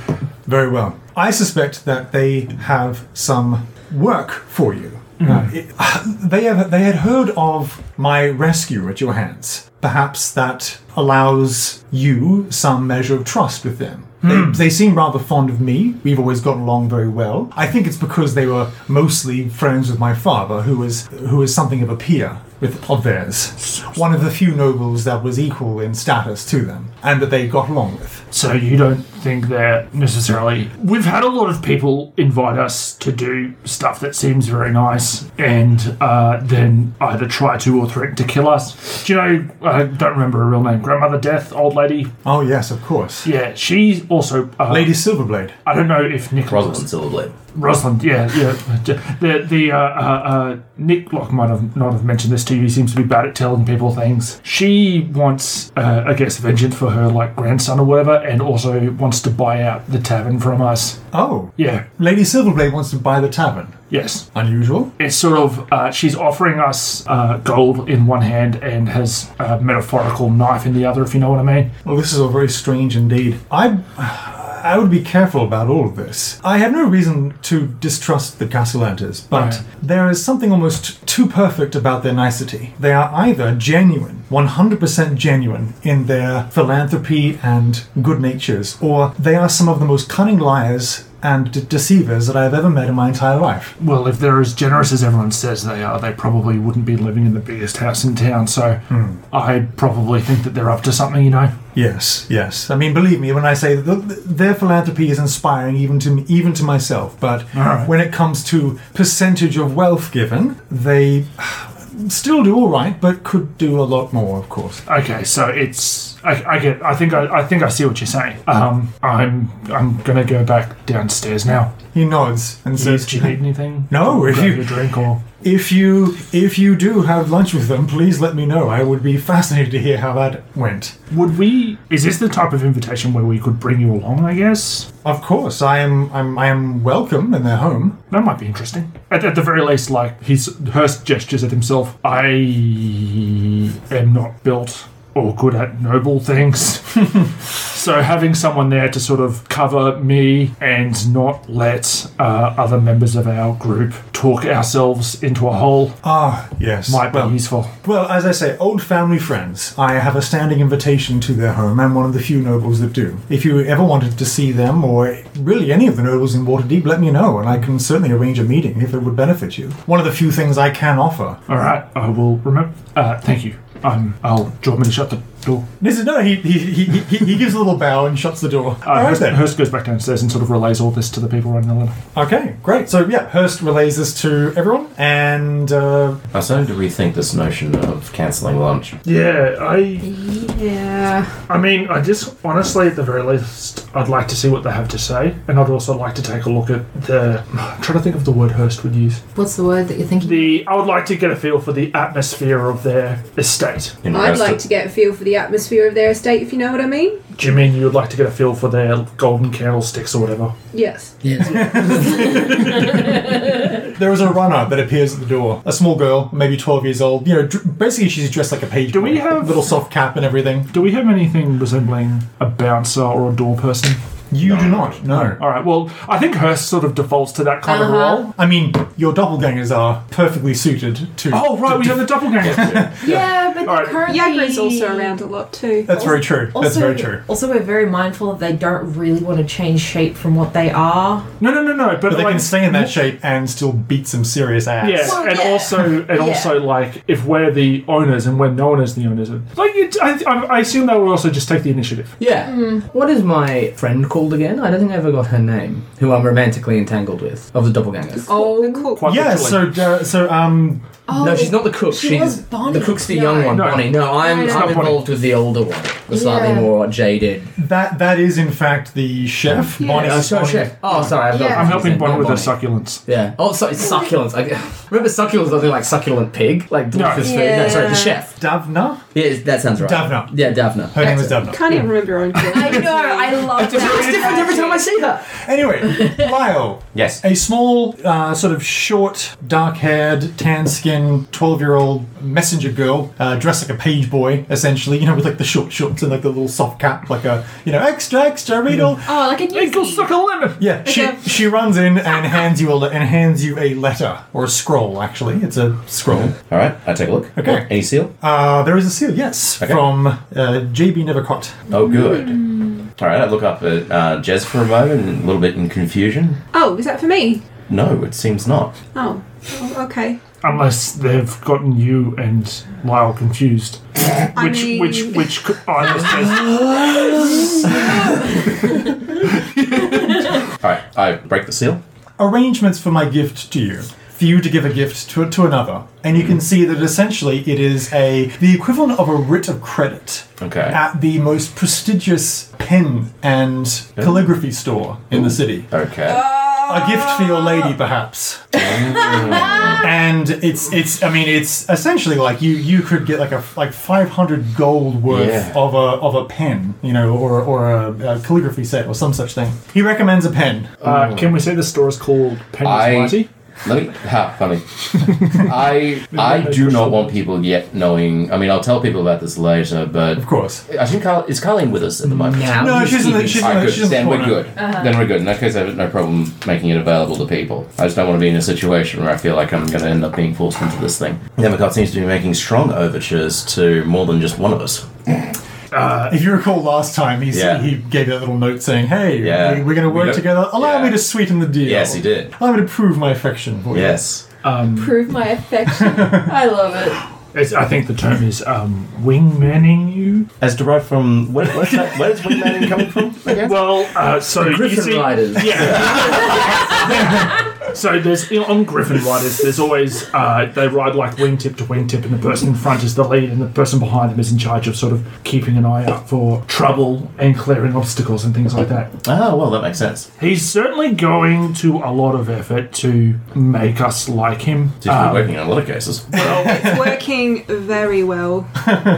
Very well. I suspect that they have some work for you. Uh, it- [sighs] they have they had heard of my rescue at your hands. Perhaps that allows you some measure of trust with them. They, they seem rather fond of me. We've always gotten along very well. I think it's because they were mostly friends with my father, who was who is something of a peer with of theirs, one of the few nobles that was equal in status to them, and that they got along with. So you don't think they're necessarily. We've had a lot of people invite us to do stuff that seems very nice, and uh, then either try to or threaten to kill us. Do you know? I don't remember her real name. Grandmother Death, old lady. Oh yes, of course. Yeah, she's also. Uh, Lady Silverblade. I don't know if Nicholas. Rosalind Silverblade. Rosalind, yeah, yeah. The the uh, uh, uh, Nick Locke might have not have mentioned this to you. He seems to be bad at telling people things. She wants, uh, I guess, vengeance for her like grandson or whatever, and also wants to buy out the tavern from us. Oh, Yeah, Lady Silverblade wants to buy the tavern. yes. Unusual. It's sort of uh, she's offering us uh, gold in one hand and has a metaphorical knife in the other, if you know what I mean. Well, this is all very strange indeed. I, I would be careful about all of this. I have no reason to distrust the Castellantes, but Right. there is something almost too perfect about their nicety. They are either genuine, 100% genuine in their philanthropy and good natures, or they are some of the most cunning liars and de- deceivers that I have ever met in my entire life. Well, if they're as generous as everyone says they are, they probably wouldn't be living in the biggest house in town. So I probably think that they're up to something, you know. Yes, yes. I mean, believe me when I say that th- their philanthropy is inspiring, even to me, even to myself. But right. when it comes to percentage of wealth given, they [sighs] still do all right, but could do a lot more, of course. Okay, so it's I, I get. I think I, I think I see what you're saying. Um, I'm I'm gonna go back downstairs now. He nods and So, says, do you need anything? [laughs] No, if Grab you- your drink or If you if you do have lunch with them, please let me know. I would be fascinated to hear how that went. Would we? Is this the type of invitation where we could bring you along? I guess Of course, I am I'm I am welcome in their home. that might be interesting. At, at the very least, like his Hurst gestures at himself. I am not built or good at noble things, [laughs] so having someone there to sort of cover me and not let uh, other members of our group talk ourselves into a hole Ah, yes. might be well, useful. well, as I say, old family friends. I have a standing invitation to their home. I'm one of the few nobles that do. If you ever wanted to see them, or really any of the nobles in Waterdeep, let me know, and I can certainly arrange a meeting if it would benefit you. One of the few things I can offer. All right, I will remember. Uh, thank you. Um, I'll. Do you want me to shut the door? This is no. He he, he, he he gives a little bow and shuts the door. Uh, Hurst, Hurst goes back downstairs and sort of relays all this to the people running the ladder. Okay, great. So yeah, Hurst relays this to everyone, and uh, I'm starting to rethink this notion of cancelling lunch. Yeah, I. Yeah. I mean, I just honestly, at the very least, I'd like to see what they have to say, and I'd also like to take a look at the. [sighs] I'm trying to think of the word Hurst would use. What's the word that you're thinking? The. I would like to get a feel for the atmosphere of their estate. In I'd regards like to get a feel for the atmosphere of their estate, if you know what I mean. Do you mean you would like to get a feel for their golden candlesticks or whatever? Yes. Yeah. there is a runner that appears at the door. A small girl, maybe twelve years old. You know, dr- basically she's dressed like a page. Do we boy. have- little soft cap and everything? Do we have anything resembling a bouncer or a door person? You do not. No. All right. Well, I think Hearst sort of defaults to that kind of role. I mean, your doppelgangers are perfectly suited to. Oh, right. We have the doppelganger. Yeah, but All right. currently. Yagra's also around a lot too. that's very true. that's very true. Also, we're very mindful that they don't really want to change shape from what they are. No, no, no, no. But, But they like, can stay in that shape and still beat some serious ass. Yeah, Well, and yeah. also, and also, like if we're the owners and we're known as the owners, like you, I, I I assume they will also just take the initiative. yeah. What is my friend called again? I don't think I ever got her name. Who I'm romantically entangled with of the doppelgangers. Oh, cool. Quite Yeah. literally. So uh, so um Oh, no, she's not the cook. she she's was Bonnie. the cook's the No. young one, No. Bonnie. No, No, I'm, no, I'm not Bonnie. involved with the older one, the slightly Yeah. more jaded. that that is in fact the chef. Bonnie- Oh, sorry, Bonnie- chef. Oh, sorry. I've got Yeah. I'm helping confused Bonnie there, with not her succulents. Yeah. Oh, sorry, succulents. I, remember succulents? Nothing like succulent pig, like delicious food. No, sorry, the chef. Davna. Yeah, that sounds right. Davna. Yeah, Davna. Her name That's is it. Davna. Can't even remember her own I know, I love It's that. different every time I see that. Anyway, Lyle. Yes. A small, uh, sort of short, dark haired, tan skinned, 12 year old messenger girl, uh, dressed like a page boy, essentially, you know, with like the short shorts and like the little soft cap, like a, you know, extra, extra, riddle. Oh, like a new Ankle suck a lemon. Yeah, she she runs in and hands you a le- and hands you a letter or a scroll. Actually, it's a scroll. All right, I take a look. Okay. Any seal? Uh, there is a seal, yes, Okay. from uh, JB Nevercott. Oh, good. Hmm. All right, I look up at uh, Jez for a moment, a little bit in confusion. Oh, is that for me? No, it seems not. Oh, oh, okay. Unless they've gotten you and Lyle confused, I which mean- which which could, oh, I understand. All right, I break the seal. arrangements for my gift to you for you to give a gift to, to another and you can Hmm. see that essentially it is a the equivalent of a writ of credit Okay. at the most prestigious pen and calligraphy store in the city Okay. Oh, a gift for your lady perhaps Hmm. and it's it's i mean it's essentially like you you could get like a like 500 gold worth Yeah. of a of a pen you know or or a, a calligraphy set or some such thing he recommends a pen uh, can we say the store is called Penny's I- Mighty? Let me. Ha, funny. I I do not want people yet knowing. I mean, I'll tell people about this later, but of course I think Carl, is Carleen with us at the moment. Now No, you she's Uh-huh. see in the- me. she's- Alright, good. in the Then we're corner. good. Then we're good. In that case, I have no problem making it available to people. I just don't want to be in a situation where I feel like I'm going to end up being forced into this thing. Democrat seems to be making strong overtures to more than just one of us. If you recall last time, he Yeah. he gave that little note saying, "Hey, Yeah. we- we're going to We work don't- together. Allow yeah. me to sweeten the deal." Yes, he did. Allow me to prove my affection for you. Yes. Prove my affection. I love it. It's, I think the term is um, wingmanning you. As derived from where, where's that, where's wingman coming from? Well, uh, so you Griffin see, Riders. Yeah. So there's on griffin riders. There's always uh, they ride like wingtip to wingtip, and the person in front is the lead, and the person behind them is in charge of sort of keeping an eye out for trouble and clearing obstacles and things like that. [laughs] Ah, well, that makes sense. He's certainly going to a lot of effort to make us like him. He's been Um, working on a lot of cases. It's working very well.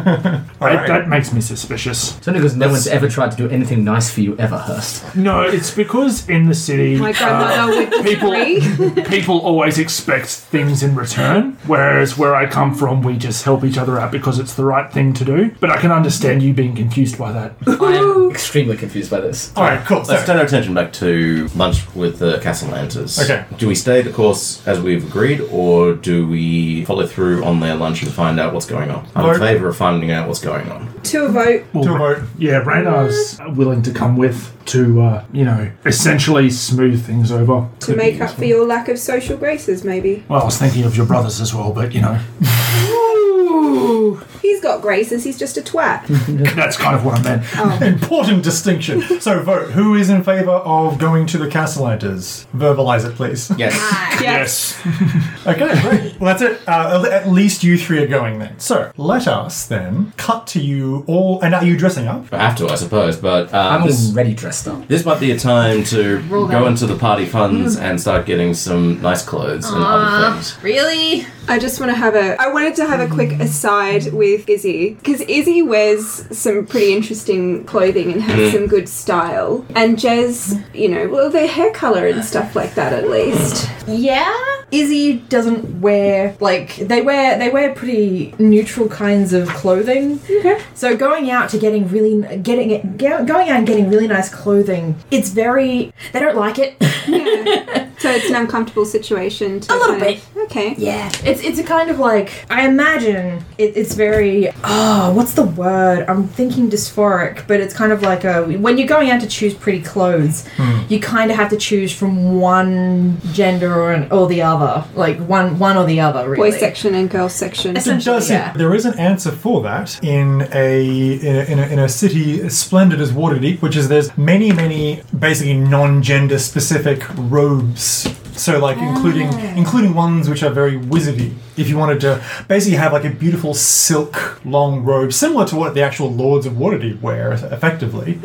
I- That makes me suspicious. It's only because no one's ever tried to do anything nice for you ever, Hurst. No, it's because in the city, uh, My grandmother would people- agree. people always expect things in return, whereas where I come from, we just help each other out because it's the right thing to do. But I can understand you being confused by that. I am extremely confused by this. [laughs] All right, cool. [laughs] Let's So, turn our attention back to lunch with the Castle Lanters. Okay. Do we stay the course as we've agreed, or do we follow through on their lunch and find out what's going on? I'm in Vote. favour of finding out what's going on. To a vote. to a vote. Yeah, Raynar's willing to come with to, uh, you know, essentially smooth things over. To make up for your lack of social graces, maybe. Well, I was thinking of your brothers as well, but you know, He's got graces, he's just a twat. that's kind of what I meant. Oh. [laughs] Important distinction. So vote. Who is in favour of going to the Castellanters? Verbalize it, [laughs] please. Yes. Yes. Okay, great. Well, that's it. Uh, at- at least you three are going then. So let us then cut to you all. And are you dressing up? I have to, I suppose, but uh, I'm this, already dressed up. this might be a time to go into the party funds and start getting some nice clothes and other things. Really? I just want to have a. I wanted to have a quick aside with Izzy because Izzy wears some pretty interesting clothing and has some good style. And Jez, you know, well, their hair color and stuff like that, at least. Yeah. Izzy doesn't wear like they wear they wear pretty neutral kinds of clothing. Okay. So going out to getting really getting it go- going out and getting really nice clothing. It's very they don't like it. [laughs] So it's an uncomfortable situation. To A little kind of- Okay. Yeah, it's it's a kind of like I imagine it, it's very oh what's the word I'm thinking dysphoric, but it's kind of like a when you're going out to choose pretty clothes, Hmm. you kind of have to choose from one gender or, an, or the other, like one one or the other. Boy Really. section and girl section. Essentially, does yeah. There is an answer for that in a in a, in a, in a city as splendid as Waterdeep, which is there's many many basically non-gender specific robes. So like including including ones which are very wizardy. If you wanted to basically have like a beautiful silk long robe, similar to what the actual lords of Waterdeep wear, effectively.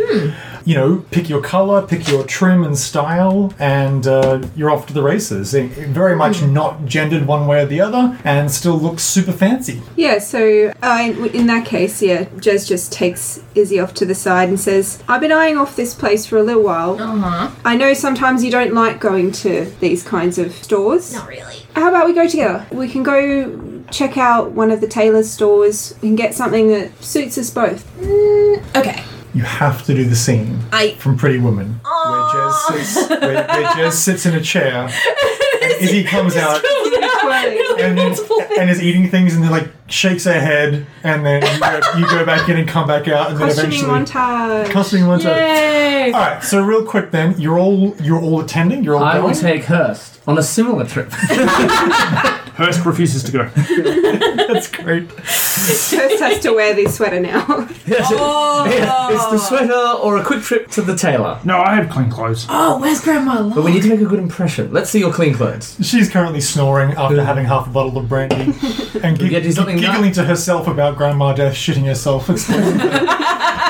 You know, pick your color, pick your trim and style, and uh, you're off to the races. It- it very much not gendered one way or the other, and still looks super fancy. Yeah, so uh, in- in that case, yeah, Jez just takes Izzy off to the side and says, I've been eyeing off this place for a little while. Uh-huh. I know sometimes you don't like going to these kinds of stores. Not really. How about we go together? We can go check out one of the tailor's stores and get something that suits us both. Okay. You have to do the scene I from Pretty Woman, where Jez sits, where, where [laughs] Jez sits in a chair, and Izzy comes out and, [laughs] and is eating things, and then like shakes her head, and then you go, you go back in and come back out, and then Questioning eventually. montage. [laughs] Costuming one time. Yay! All right, so real quick then, you're all you're all attending. You're all I will going. take Hurst on a similar trip. [laughs] Hurst refuses to go. That's great. First has to wear this sweater now. Oh. it's Oh. the sweater or a quick trip to the tailor. No, I have clean clothes. Oh, where's Grandma? But we need to make a good impression. Let's see your clean clothes. She's currently snoring after having half a bottle of brandy and gig- Yeah, do something giggling to herself about Grandma Death shitting herself. [laughs] It's like-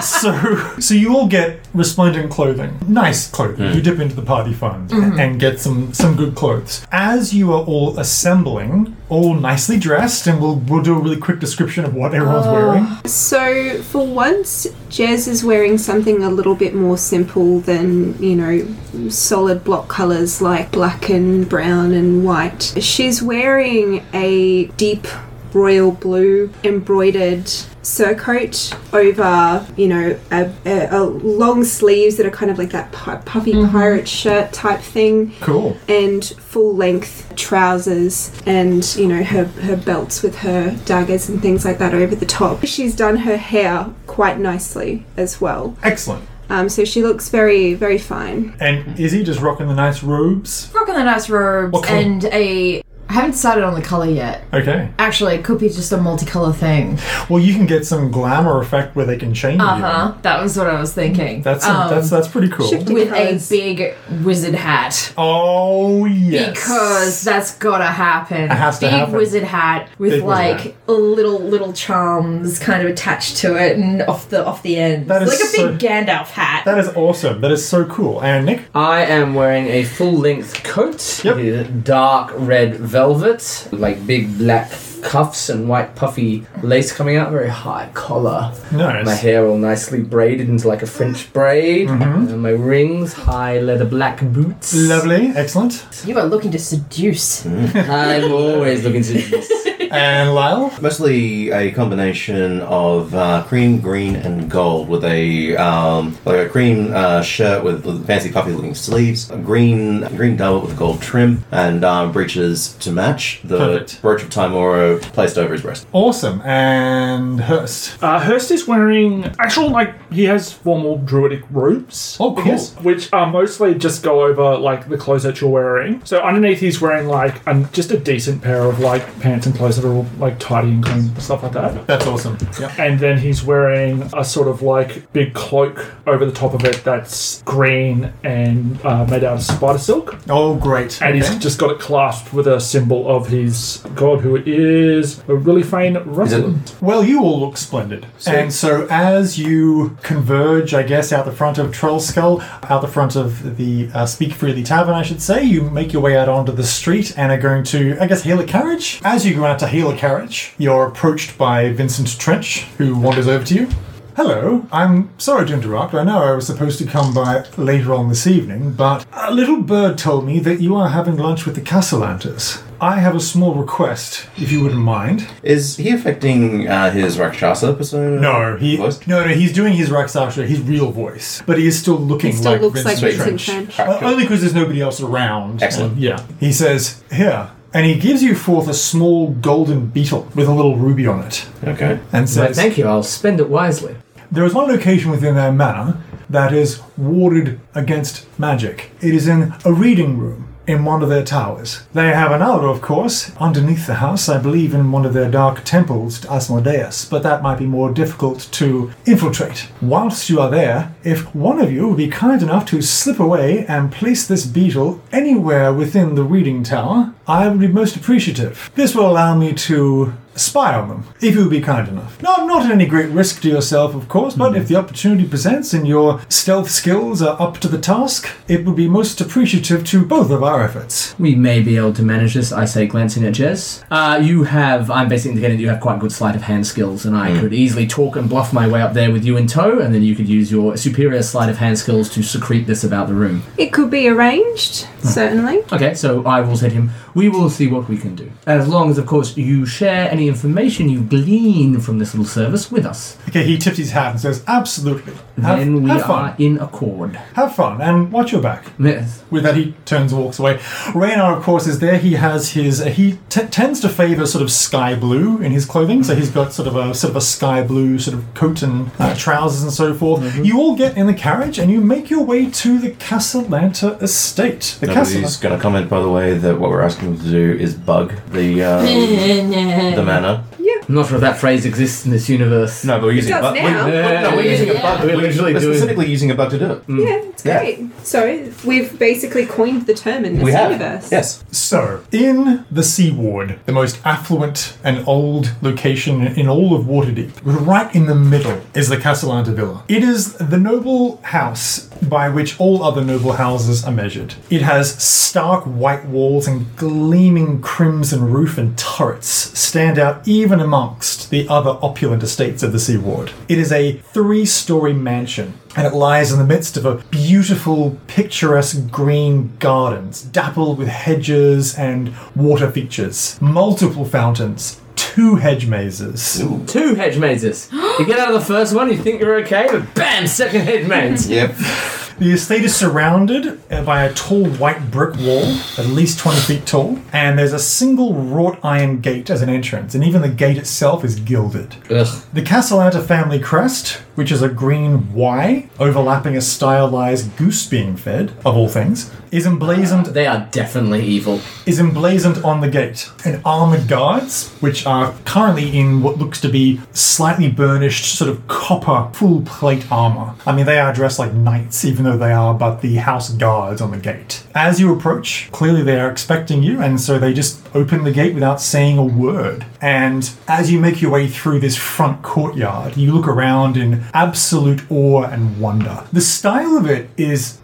so, so you all get resplendent clothing, nice clothing. You dip into the party fund and get some some good clothes. As you are all assembling, all nicely dressed, and we'll we'll do a really quick description of what everyone's wearing. So, for once, Jez is wearing something a little bit more simple than, you know, solid block colours like black and brown and white. She's wearing a deep royal blue embroidered surcoat over, you know, a, a, a long sleeves that are kind of like that pu- puffy pirate shirt type thing Cool. and full length trousers and you know her her belts with her daggers and things like that over the top she's done her hair quite nicely as well Excellent. um, so she looks very very fine And Izzy just rocking the nice robes. Rocking the nice robes What colour? and a I haven't decided on the color yet. Okay. Actually, it could be just a multicolor thing. Well, you can get some glamour effect where they can change Uh you. Uh-huh. huh. That was what I was thinking. That's Oh. Um, that's that's pretty cool. with a big wizard hat. Oh yes. Because that's gotta happen. It has to big happen. wizard hat with Big wizard like little little charms kind of attached to it and off the off the end. That is like a big so- Gandalf hat. That is awesome. That is so cool. And Nick, I am wearing a full length coat, yep. dark red velvet, like big black cuffs and white puffy lace coming out, very high collar. Nice. My hair all nicely braided into like a French braid, and my rings, high leather black boots. Lovely, excellent. You are looking to seduce. Mm. I'm always looking [laughs] to. and Lyle? Mostly a combination of uh, cream, green, and gold with a um, like a cream uh, shirt with, with fancy puffy looking sleeves, a green green doublet with gold trim, and um, breeches to match. The Perfect. brooch of Timora placed over his breast. Awesome. And Hurst. Uh, Hurst is wearing actual like he has formal druidic robes. Oh, cool. which are mostly just go over like the clothes that you're wearing. So underneath he's wearing like an, just a decent pair of like pants and clothes that are all like tidy and clean stuff like that. That's awesome. And then he's wearing a sort of like big cloak over the top of it that's green and uh, made out of spider silk. Oh, great. And Okay. he's just got it clasped with a symbol of his god, who is a really fine Rutherland. Well, you all look splendid. And so, as you converge, I guess, out the front of Troll Skull, out the front of the uh, Speak Freely Tavern, I should say, you make your way out onto the street and are going to, I guess, hail a carriage. As you go out to hail a carriage, you're approached by Vincent Trench, who wanders over to you. Hello, I'm sorry to interrupt. I know I was supposed to come by later on this evening, but a little bird told me that you are having lunch with the Castellantis. I have a small request, if you wouldn't mind. Is he affecting uh, his Rakshasa persona? No, he Voice? no no. He's doing his Raksasha, his real voice, but he is still looking He still like looks like Vincent Vincent Trench. Trench. Uh, only because there's nobody else around. Excellent. And, yeah. He says here, and he gives you forth a small golden beetle with a little ruby on it, Okay. and Well, says, thank you, I'll spend it wisely. "There is one location within their manor that is warded against magic. It is in a reading room." In one of their towers. They have another, of course, underneath the house, I believe in one of their dark temples to Asmodeus, but that might be more difficult to infiltrate. Whilst you are there, if one of you would be kind enough to slip away and place this beetle anywhere within the reading tower, I would be most appreciative. This will allow me to spy on them, if you would be kind enough. Not, not at any great risk to yourself, of course, Hmm. but if the opportunity presents and your stealth skills are up to the task, it would be most appreciative to both of our efforts. We may be able to manage this, I say, glancing at Jez. Uh, you have, I'm basically indicating that you have quite good sleight of hand skills, and Hmm. I could easily talk and bluff my way up there with you in tow, and then you could use your superior sleight of hand skills to secrete this about the room. It could be arranged, Hmm. certainly. Okay, so I will say to him, we will see what we can do. As long as, of course, you share any information you glean from this little service with us. Okay, he tips his hat and says, Absolutely. Have, Then we have fun. are in accord. Have fun and watch your back. Yes. With that, he turns and walks away. Raynar, of course, is there. He has his uh, he t- tends to favour sort of sky blue in his clothing, so he's got sort of a sort of a sky blue sort of coat and uh, trousers and so forth. You all get in the carriage and you make your way to the Casalanta estate. The Nobody's Casalanta. going to comment, by the way, that what we're asking them to do is bug the um, the manor. I'm not sure if that phrase exists in this universe. No, but we're using does a bug. we- now. no, we're using a bug. We're literally doing- Mm. specifically using a bug to do it. Yeah, it's Yeah. great. So we've basically coined the term in this We have. universe. Yes. So, in the Sea Ward, the most affluent and old location in all of Waterdeep, right in the middle is the Castellanta Villa. It is the noble house by which all other noble houses are measured. It has stark white walls and gleaming crimson roof and turrets stand out even amongst the other opulent estates of the Sea Ward. It is a three story mansion and it lies in the midst of a beautiful, picturesque green gardens, dappled with hedges and water features, multiple fountains, two hedge mazes. Two hedge [gasps] mazes. you get out of the first one, you think you're okay, but bam, second hedge maze. Yep. The estate is surrounded uh, by a tall white brick wall, at least 20 feet tall, and there's a single wrought iron gate as an entrance, and even the gate itself is gilded. Ugh. The Castellanta family crest, which is a green Y overlapping a stylized goose being fed, of all things, is emblazoned. They are definitely evil. Is emblazoned on the gate. And armored guards, which are currently in what looks to be slightly burnished, sort of copper full plate armor. I mean, they are dressed like knights, even though they are but the house guards on the gate. As you approach, clearly they are expecting you, and so they just open the gate without saying a word. And as you make your way through this front courtyard, you look around in absolute awe and wonder. The style of it is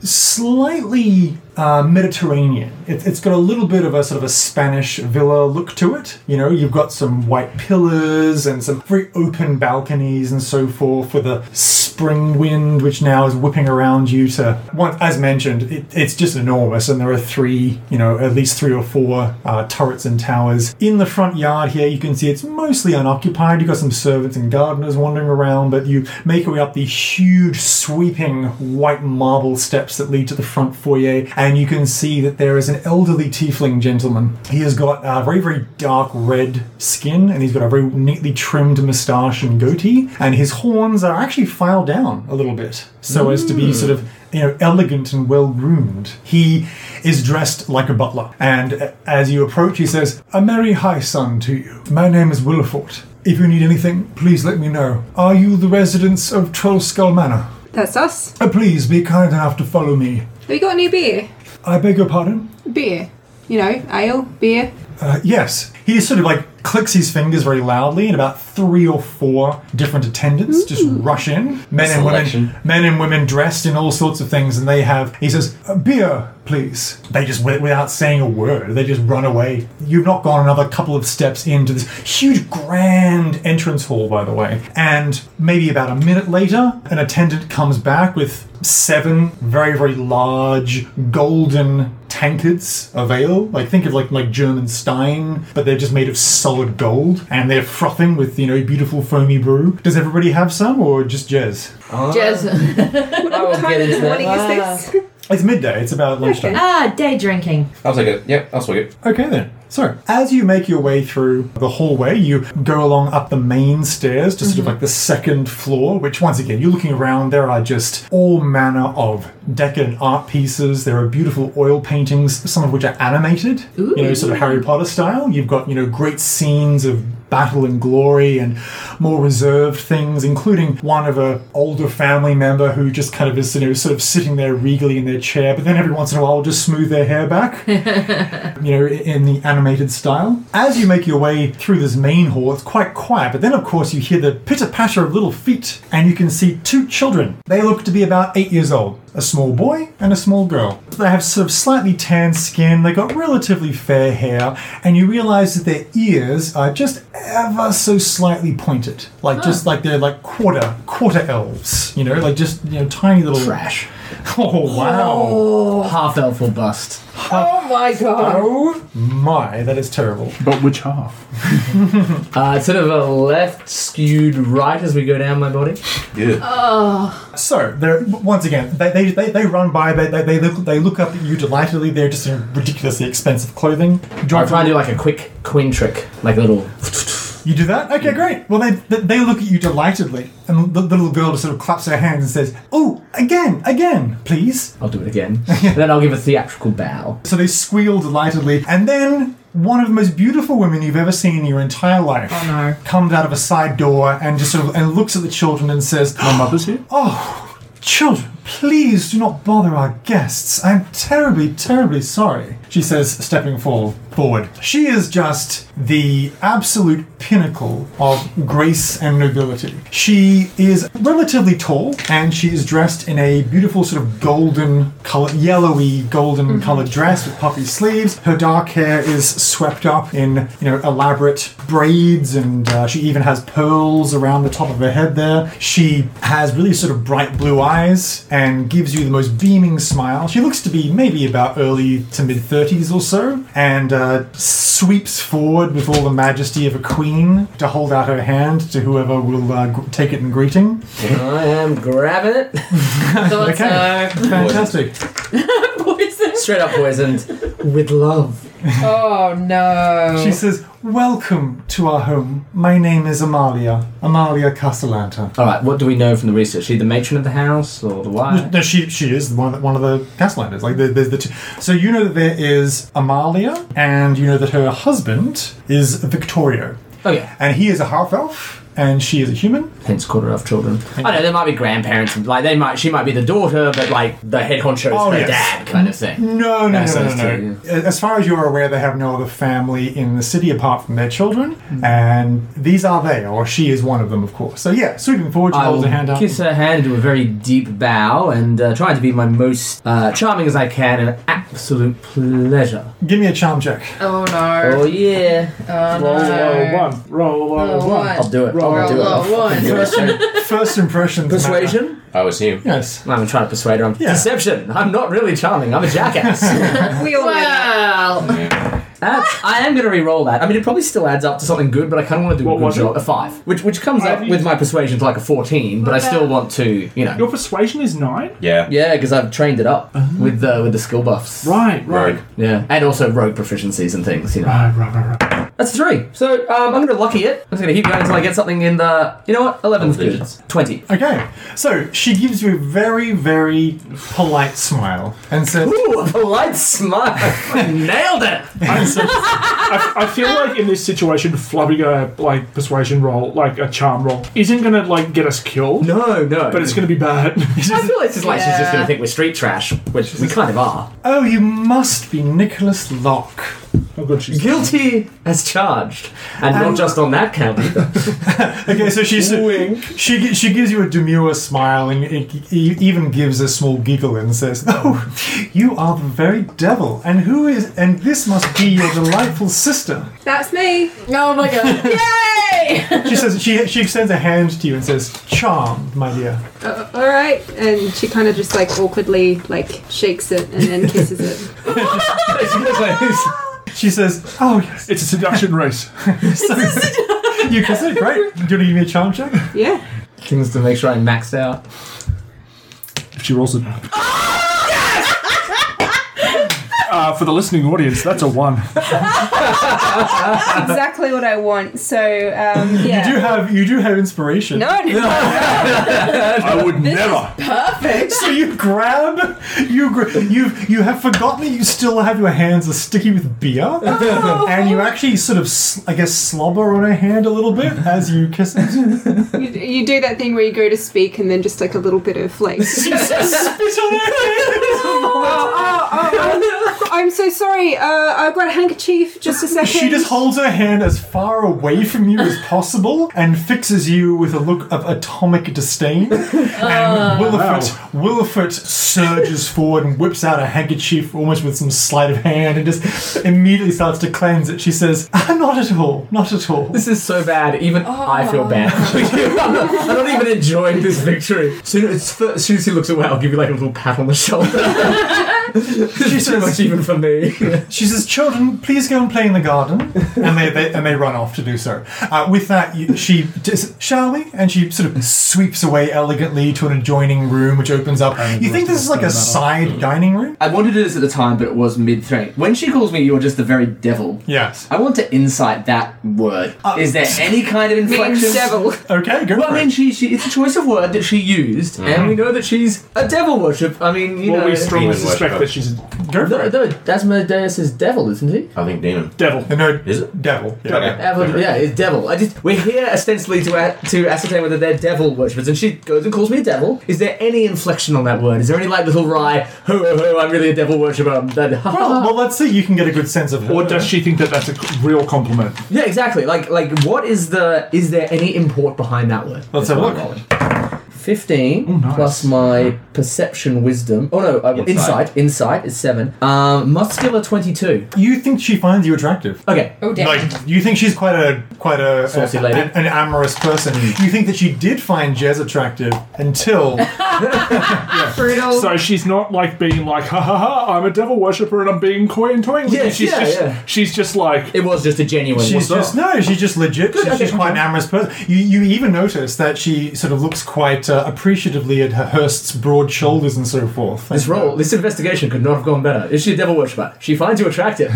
slightly uh, Mediterranean. It, it's got a little bit of a sort of a Spanish villa look to it. You know, you've got some white pillars and some very open balconies and so forth with a spring wind which now is whipping around you to, once, as mentioned, it, it's just enormous. And there are three, you know, at least three or four uh, turrets and towers. In the front yard here, you can see it's mostly unoccupied. You've got some servants and gardeners wandering around, but you make your way up these huge, sweeping white marble steps that lead to the front foyer and you can see that there is an elderly tiefling gentleman. He has got uh, very, very dark red skin, and he's got a very neatly trimmed moustache and goatee, and his horns are actually filed down a little bit, so as to be Mm. sort of you know, elegant and well groomed. He is dressed like a butler, and uh, as you approach, he says, "A merry high sun to you. My name is Willifort. If you need anything, please let me know. Are you the residents of Trollskull Manor? That's us. Uh, please be kind enough to follow me. Have you got any beer? I beg your pardon." Beer. You know, ale, beer. Uh, yes. He sort of like clicks his fingers very loudly, and about three or four different attendants just rush in. Men and Selection. women, men and women dressed in all sorts of things, and they have. He says, "A "Beer, please." They just wi- without saying a word, they just run away. You've not gone another couple of steps into this huge, grand entrance hall, by the way. And maybe about a minute later, an attendant comes back with seven very very large golden tankards of ale like think of like like german stein but they're just made of solid gold and they're frothing with you know beautiful foamy brew does everybody have some or just jazz what time in the morning is this? it's midday it's about lunchtime Ah, [laughs] day drinking. I'll take it. Yep, I'll swig it. Okay then. So, as you make your way through the hallway, you go along up the main stairs to sort of like the second floor, which, once again, you're looking around, there are just all manner of decadent art pieces. There are beautiful oil paintings, some of which are animated, you know, sort of Harry Potter style. You've got, you know, great scenes of battle and glory and more reserved things, including one of a older family member who just kind of is, you know, sort of sitting there regally in their chair, but then every once in a while will just smooth their hair back you know, in the animated style. As you make your way through this main hall, it's quite quiet, but then of course you hear the pitter patter of little feet, and you can see two children. They look to be about eight years old a small boy and a small girl. They have sort of slightly tan skin, they got relatively fair hair, and you realize that their ears are just ever so slightly pointed. Like just like they're like quarter quarter elves, you know, like just you know tiny little trash. [laughs] Oh wow. Half elf or bust. Oh my god. Oh my, that is terrible. But which half? Uh, it's sort of a left skewed right as we go down my body. Oh. So they're once again they they, they, they run by they, they they look they look up at you delightedly. They're just in ridiculously expensive clothing. I'll try and do like a quick queen trick, like a little. [sniffs] You do that? Okay, great. Well, they they they look at you delightedly, and the, the little girl just sort of claps her hands and says, "Oh, again, again, please." I'll do [laughs] it again. and then I'll give a theatrical bow. So they squeal delightedly, and then one of the most beautiful women you've ever seen in your entire life comes out of a side door and just sort of and looks at the children and says, My mother's here? Oh, children, please do not bother our guests. I'm terribly, terribly sorry, she says, stepping for- forward. She is just the absolute pinnacle of grace and nobility. She is relatively tall and she is dressed in a beautiful sort of golden color, yellowy golden colored dress with puffy sleeves. Her dark hair is swept up in, you know, elaborate braids and uh, she even has pearls around the top of her head there. She has really sort of bright blue eyes and gives you the most beaming smile. She looks to be maybe about early to mid 30s or so and uh, sweeps forward with all the majesty of a queen to hold out her hand to whoever will uh, gr- take it in greeting. I am grabbing it. uh, [laughs] okay. Fantastic. Poison. Straight up poisoned with love. Oh no. She says, Welcome to our home. My name is Amalia. Amalia Castellanta. All right, what do we know from the research? She the matron of the house or [laughs] the wife? No, she she is one of the, one of the Castellanders. Like there, there's the two. So you know that there is Amalia, and you know that her husband is Victorio. Oh yeah. And he is a half elf, and she is a human. Hence, quarter elf children. I know there might be grandparents. Like they might, she might be the daughter, but like the head honcho is Oh, her yes. dad, kind of thing. No, no, That's no, no, those no. two, As far as you're aware, they have no other family in the city apart from their children, Mm. and these are they, or she is one of them, of course. So yeah, sweeping forward, she I holds will her hand up. kiss her hand, do a very deep bow, and uh, try to be my most uh, charming as I can. An absolute pleasure. Give me a charm [laughs] check. Oh no. Oh yeah. Oh Roll a no. one. Roll a Roll one. one. I'll do it. Roll I'll do a it. I'll one. do it. First impressions. matter. [laughs] Persuasion? I was him. Yes. No, I'm trying to persuade her. I'm Yeah. deception. I'm not really charming. I'm [laughs] a jackass. We all Well. That's, I am going to re-roll that. I mean, it probably still adds up to something good, but I kind of want to do What a good was it? job. A five, which which comes Five, up you- with my persuasion to like a fourteen, but I still want to, you know. Your persuasion is nine? Yeah. Yeah, because I've trained it up Uh-huh. with the with the skill buffs. Right, right. Rogue. Yeah, and also rogue proficiencies and things. You know, Right, right, right, right. that's a three. So um, I'm going to lucky it. I'm just going to keep going until I get something in the. You know what? Eleven's good. digits. Twenty. Okay, so she gives you a very, very polite smile and says, Ooh, a polite smile. [laughs] Nailed it. I, I feel like in this situation, flubbing a like persuasion roll, like a charm roll, isn't gonna like get us killed, No, no. but it's gonna be bad. I feel [laughs] it's just like she's just Yeah. going to think we're street trash, which we kind of are. Oh, you must be Nicholas Locke. oh good, she's Guilty as charged, and not just on that count either. Okay, so she's, she gi- she gives you a demure smile and e- e- even gives a small giggle and says, "Oh, you are the very devil, and who is and this must be your delightful sister." That's me. Oh my god. [laughs] Yay! She says she she extends a hand to you and says, "Charmed, my dear." Uh, all right. And she kind of just like awkwardly like shakes it and then kisses it. She says, "Oh yes." it's a [laughs] seduction race. You kiss it, great. Do you want to give me a charm check? Yeah. Things to make sure I maxed out. If she rolls it. Uh, for the listening audience, that's a one. Exactly what I want. So um, yeah. You do have you do have inspiration. no, no. I would never. [laughs] So you grab, you gr- you you have forgotten that you still have your hands are sticky with beer, and you actually sort of s- I guess slobber on her hand a little bit as you kiss it. You, you do that thing where you go to speak and then just like a little bit of like. [laughs] Spit on [laughs] her hand. I'm so sorry. Uh, I've got a handkerchief. Just a second. She just holds her hand as far away from you as possible and fixes you with a look of atomic disdain. And Williford, Williford surges forward and whips out a handkerchief almost with some sleight of hand and just immediately starts to cleanse it. She says, ah, Not at all, not at all. [laughs] This is so bad. Even I feel bad. [laughs] for you. I'm not, I'm not even enjoying this victory. Soon, it's, fir- as soon as he looks away, I'll give you like a little pat on the shoulder. [laughs] this is too says- much even for me. She says, "Children, please go and play in the garden," and they, they and they run off to do so. Uh, with that, you, she just, shall we? And she sort of sweeps away elegantly to an adjoining room, which opens up. You think this is like a side dining room? I wanted to do this at the time, but it was mid threat. When she calls me, you're just the very devil. Yes. I want to insight that word. is there any kind of Being inflection? devil. Okay, go Well, for I mean, it. she, she, it's a choice of word that she used, and we know that she's a devil worship. I mean, you Well, know. we strongly Demon suspect worship. that she's a Go for no, it. no, Dasmodeus is devil, isn't he? I think demon. devil. No, Is it? devil? Yeah. Okay. Devil, yeah, it's devil. I just we're here ostensibly to a- to ascertain whether they're devil worshippers, and she goes and calls me a devil. Is there any inflection on that word? Is there any like little wry ho ho ho? I'm really a devil worshipper. That ha, ha, Well, ha. well, let's see. You can get a good sense of her. Or does she think that that's a c- real compliment? yeah, exactly. Like like what is the is there any import behind that word? Let's have a look. Rolling. Fifteen nice. plus my perception wisdom. Oh no, uh, Insight. insight. Insight is seven. Um, muscular twenty two. You think she finds you attractive? Okay. Oh damn. Like you think she's quite a quite a Saucy a- lady. an, an amorous person. You think that she did find Jez attractive until Brutal. So she's not like being like, ha ha ha, I'm a devil worshipper and I'm being coy and toying with you." Yes, She's yeah, just, yeah. she's just like, It was just a genuine. She's what's up? just no, she's just legit. She's, she's quite an amorous person. You you even notice that she sort of looks quite uh, uh, appreciatively at Hurst's broad shoulders and so forth. This role, this investigation could not have gone better. Is she a devil worshiper? She finds you attractive.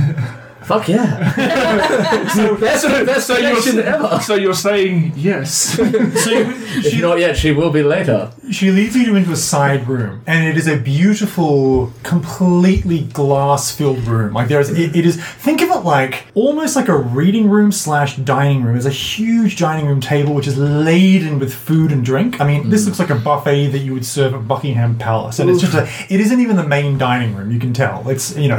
Fuck yeah. [laughs] so, best, best so you're, connection ever. so you're saying [laughs] yes. If not yet, she will be later. She leads you into a side room, and it is a beautiful, completely glass-filled room. Like there is, it, it is. Think of it like almost like a reading room slash dining room. There's a huge dining room table which is laden with food and drink. I mean, this looks like a buffet that you would serve at Buckingham Palace, and it's just a. It isn't even the main dining room. You can tell it's you know,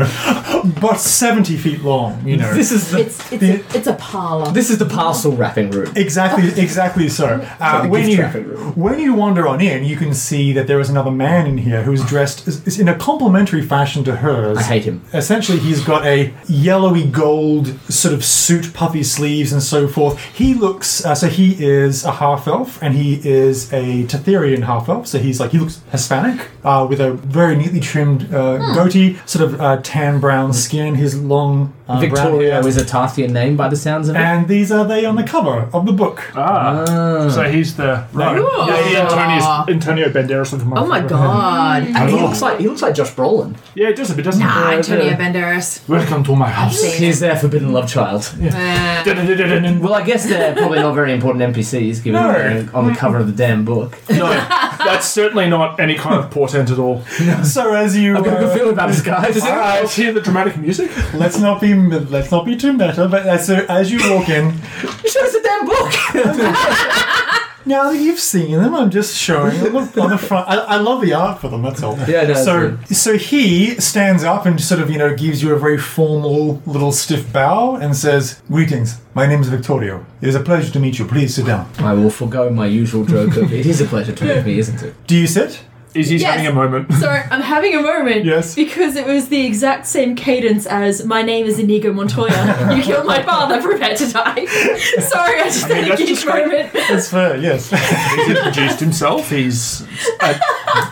[gasps] but seventy feet long. You know, This is the It's it's a, it's a parlor. this is the parcel wrapping room. Exactly, exactly so. Uh, the when, gift you, traffic room. when you wander on in, you can see that there is another man in here who's dressed is- is in a complimentary fashion to hers. I hate him. Essentially, he's got a yellowy gold sort of suit, puffy sleeves, and so forth. He looks uh, so he is a half elf, and he is a Tetherian half elf. So he's like he looks Hispanic uh, with a very neatly trimmed uh, Hmm. goatee, sort of uh, tan brown skin. His long uh, brown Victoria hair. is a Tarthian name by the sounds of it. and these are they on the cover of the book. ah, so he's the right. Ooh. Yeah, yeah, Antonio's, Antonio Banderas. looking Oh my god. I mean, he looks like he looks like Josh Brolin. Yeah, it does a bit, doesn't Nah, it? Antonio Banderas. Welcome to [laughs] my house. Same. He's their forbidden love child. Uh, Dun-dun-dun-dun-dun. [laughs] Well, I guess they're probably not very important NPCs, given they're on the cover of the damn book. No, that's certainly not any kind of portent at [laughs] all. So as you [laughs] I've got a uh, good feeling about this guy. Does anyone else hear the dramatic music? let's not be let's not be too meta, but as, so as you walk in, shows the damn book. now that you've seen them, I'm just showing them on the front. I, I love the art for them. That's all. Yeah, no, it's so so he stands up and sort of you know gives you a very formal little stiff bow and says, "Greetings. My name is Victorio. It is a pleasure to meet you. Please sit down. [laughs] I will forego my usual joke of it is a pleasure to meet me, isn't it? Do you sit? Is he's Yes. having a moment? sorry, I'm having a moment. Yes. Because it was the exact same cadence as my name is Inigo Montoya. you killed my father, [laughs] prepare to die. sorry, I just mean, had a that's huge just great. moment. That's fair. Yes. [laughs] he's introduced himself. He's uh,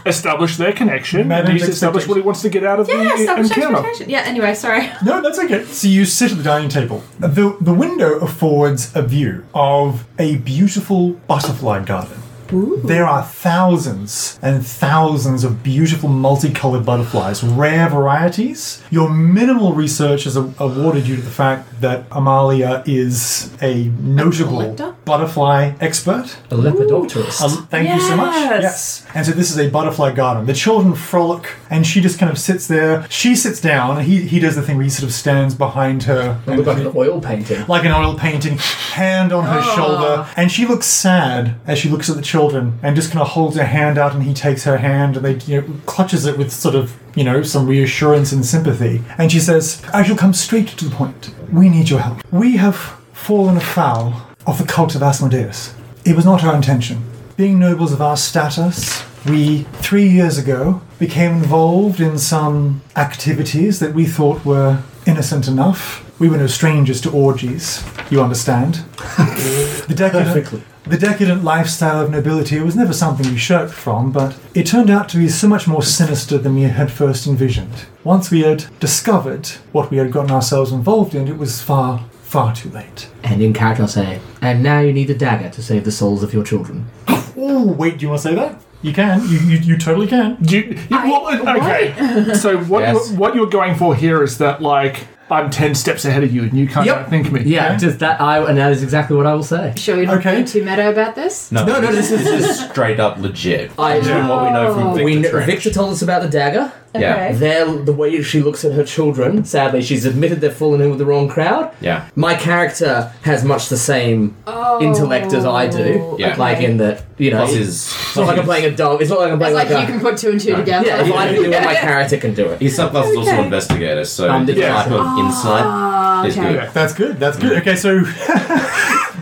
established their connection. and Managed he's established what he wants to get out of Yeah, the establish encounter. expectation. Yeah, anyway, sorry. [laughs] No, that's okay. So you sit at the dining table. The, the window affords a view of a beautiful butterfly garden. There are thousands and thousands of beautiful multicolored butterflies, rare varieties. Your minimal research has a- awarded you to the fact that Amalia is a notable collector? butterfly expert. A lepidopterist. Um, thank you so much. Yes. Yes. And so this is a butterfly garden. The children frolic, and she just kind of sits there. She sits down, and he, he does the thing where he sort of stands behind her. I and look like he- an oil [laughs] painting. like an oil painting, hand on her shoulder, and she looks sad as she looks at the children and just kind of holds her hand out, and he takes her hand and they you know, clutches it with sort of you know some reassurance and sympathy, and she says, "I shall come straight to the point. We need your help. We have fallen afoul of the cult of Asmodeus. It was not our intention. Being nobles of our status." We, three years ago, became involved in some activities that we thought were innocent enough. We were no strangers to orgies, you understand. [laughs] the, decadent, the decadent lifestyle of nobility was never something we shirked from, but it turned out to be so much more sinister than we had first envisioned. Once we had discovered what we had gotten ourselves involved in, it was far, far too late. And in character, I'll say, and now you need a dagger to save the souls of your children. Oh, wait, do you want to say that? You can. You, you, you totally can. Do you, you- well, okay. so what, Yes. what you're going for here is that like I'm ten steps ahead of you and you can't Yep. outthink me. Yeah, Okay. just that. I and that is exactly what I will say. Sure, you're not Okay. being too meta about this? No, No, no, this is this is [laughs] straight up legit. I- This is what we know from Victor. We kn- Trench. Victor told us about the dagger. Yeah. There, the way she looks at her children. Sadly, she's admitted they've fallen in with the wrong crowd. Yeah. My character has much the same Oh. intellect as I do. Yeah. Like in that, you know, Plus it's his, not like I'm playing a dog. It's not like I'm It's playing like, like, you [laughs] can a. put two and two together. [laughs] yeah, if I can do it, my character can do it. his subclass is also investigator, so Um, the yeah. Ah, type of insight is okay. good. That's good. That's good. Okay, so [laughs]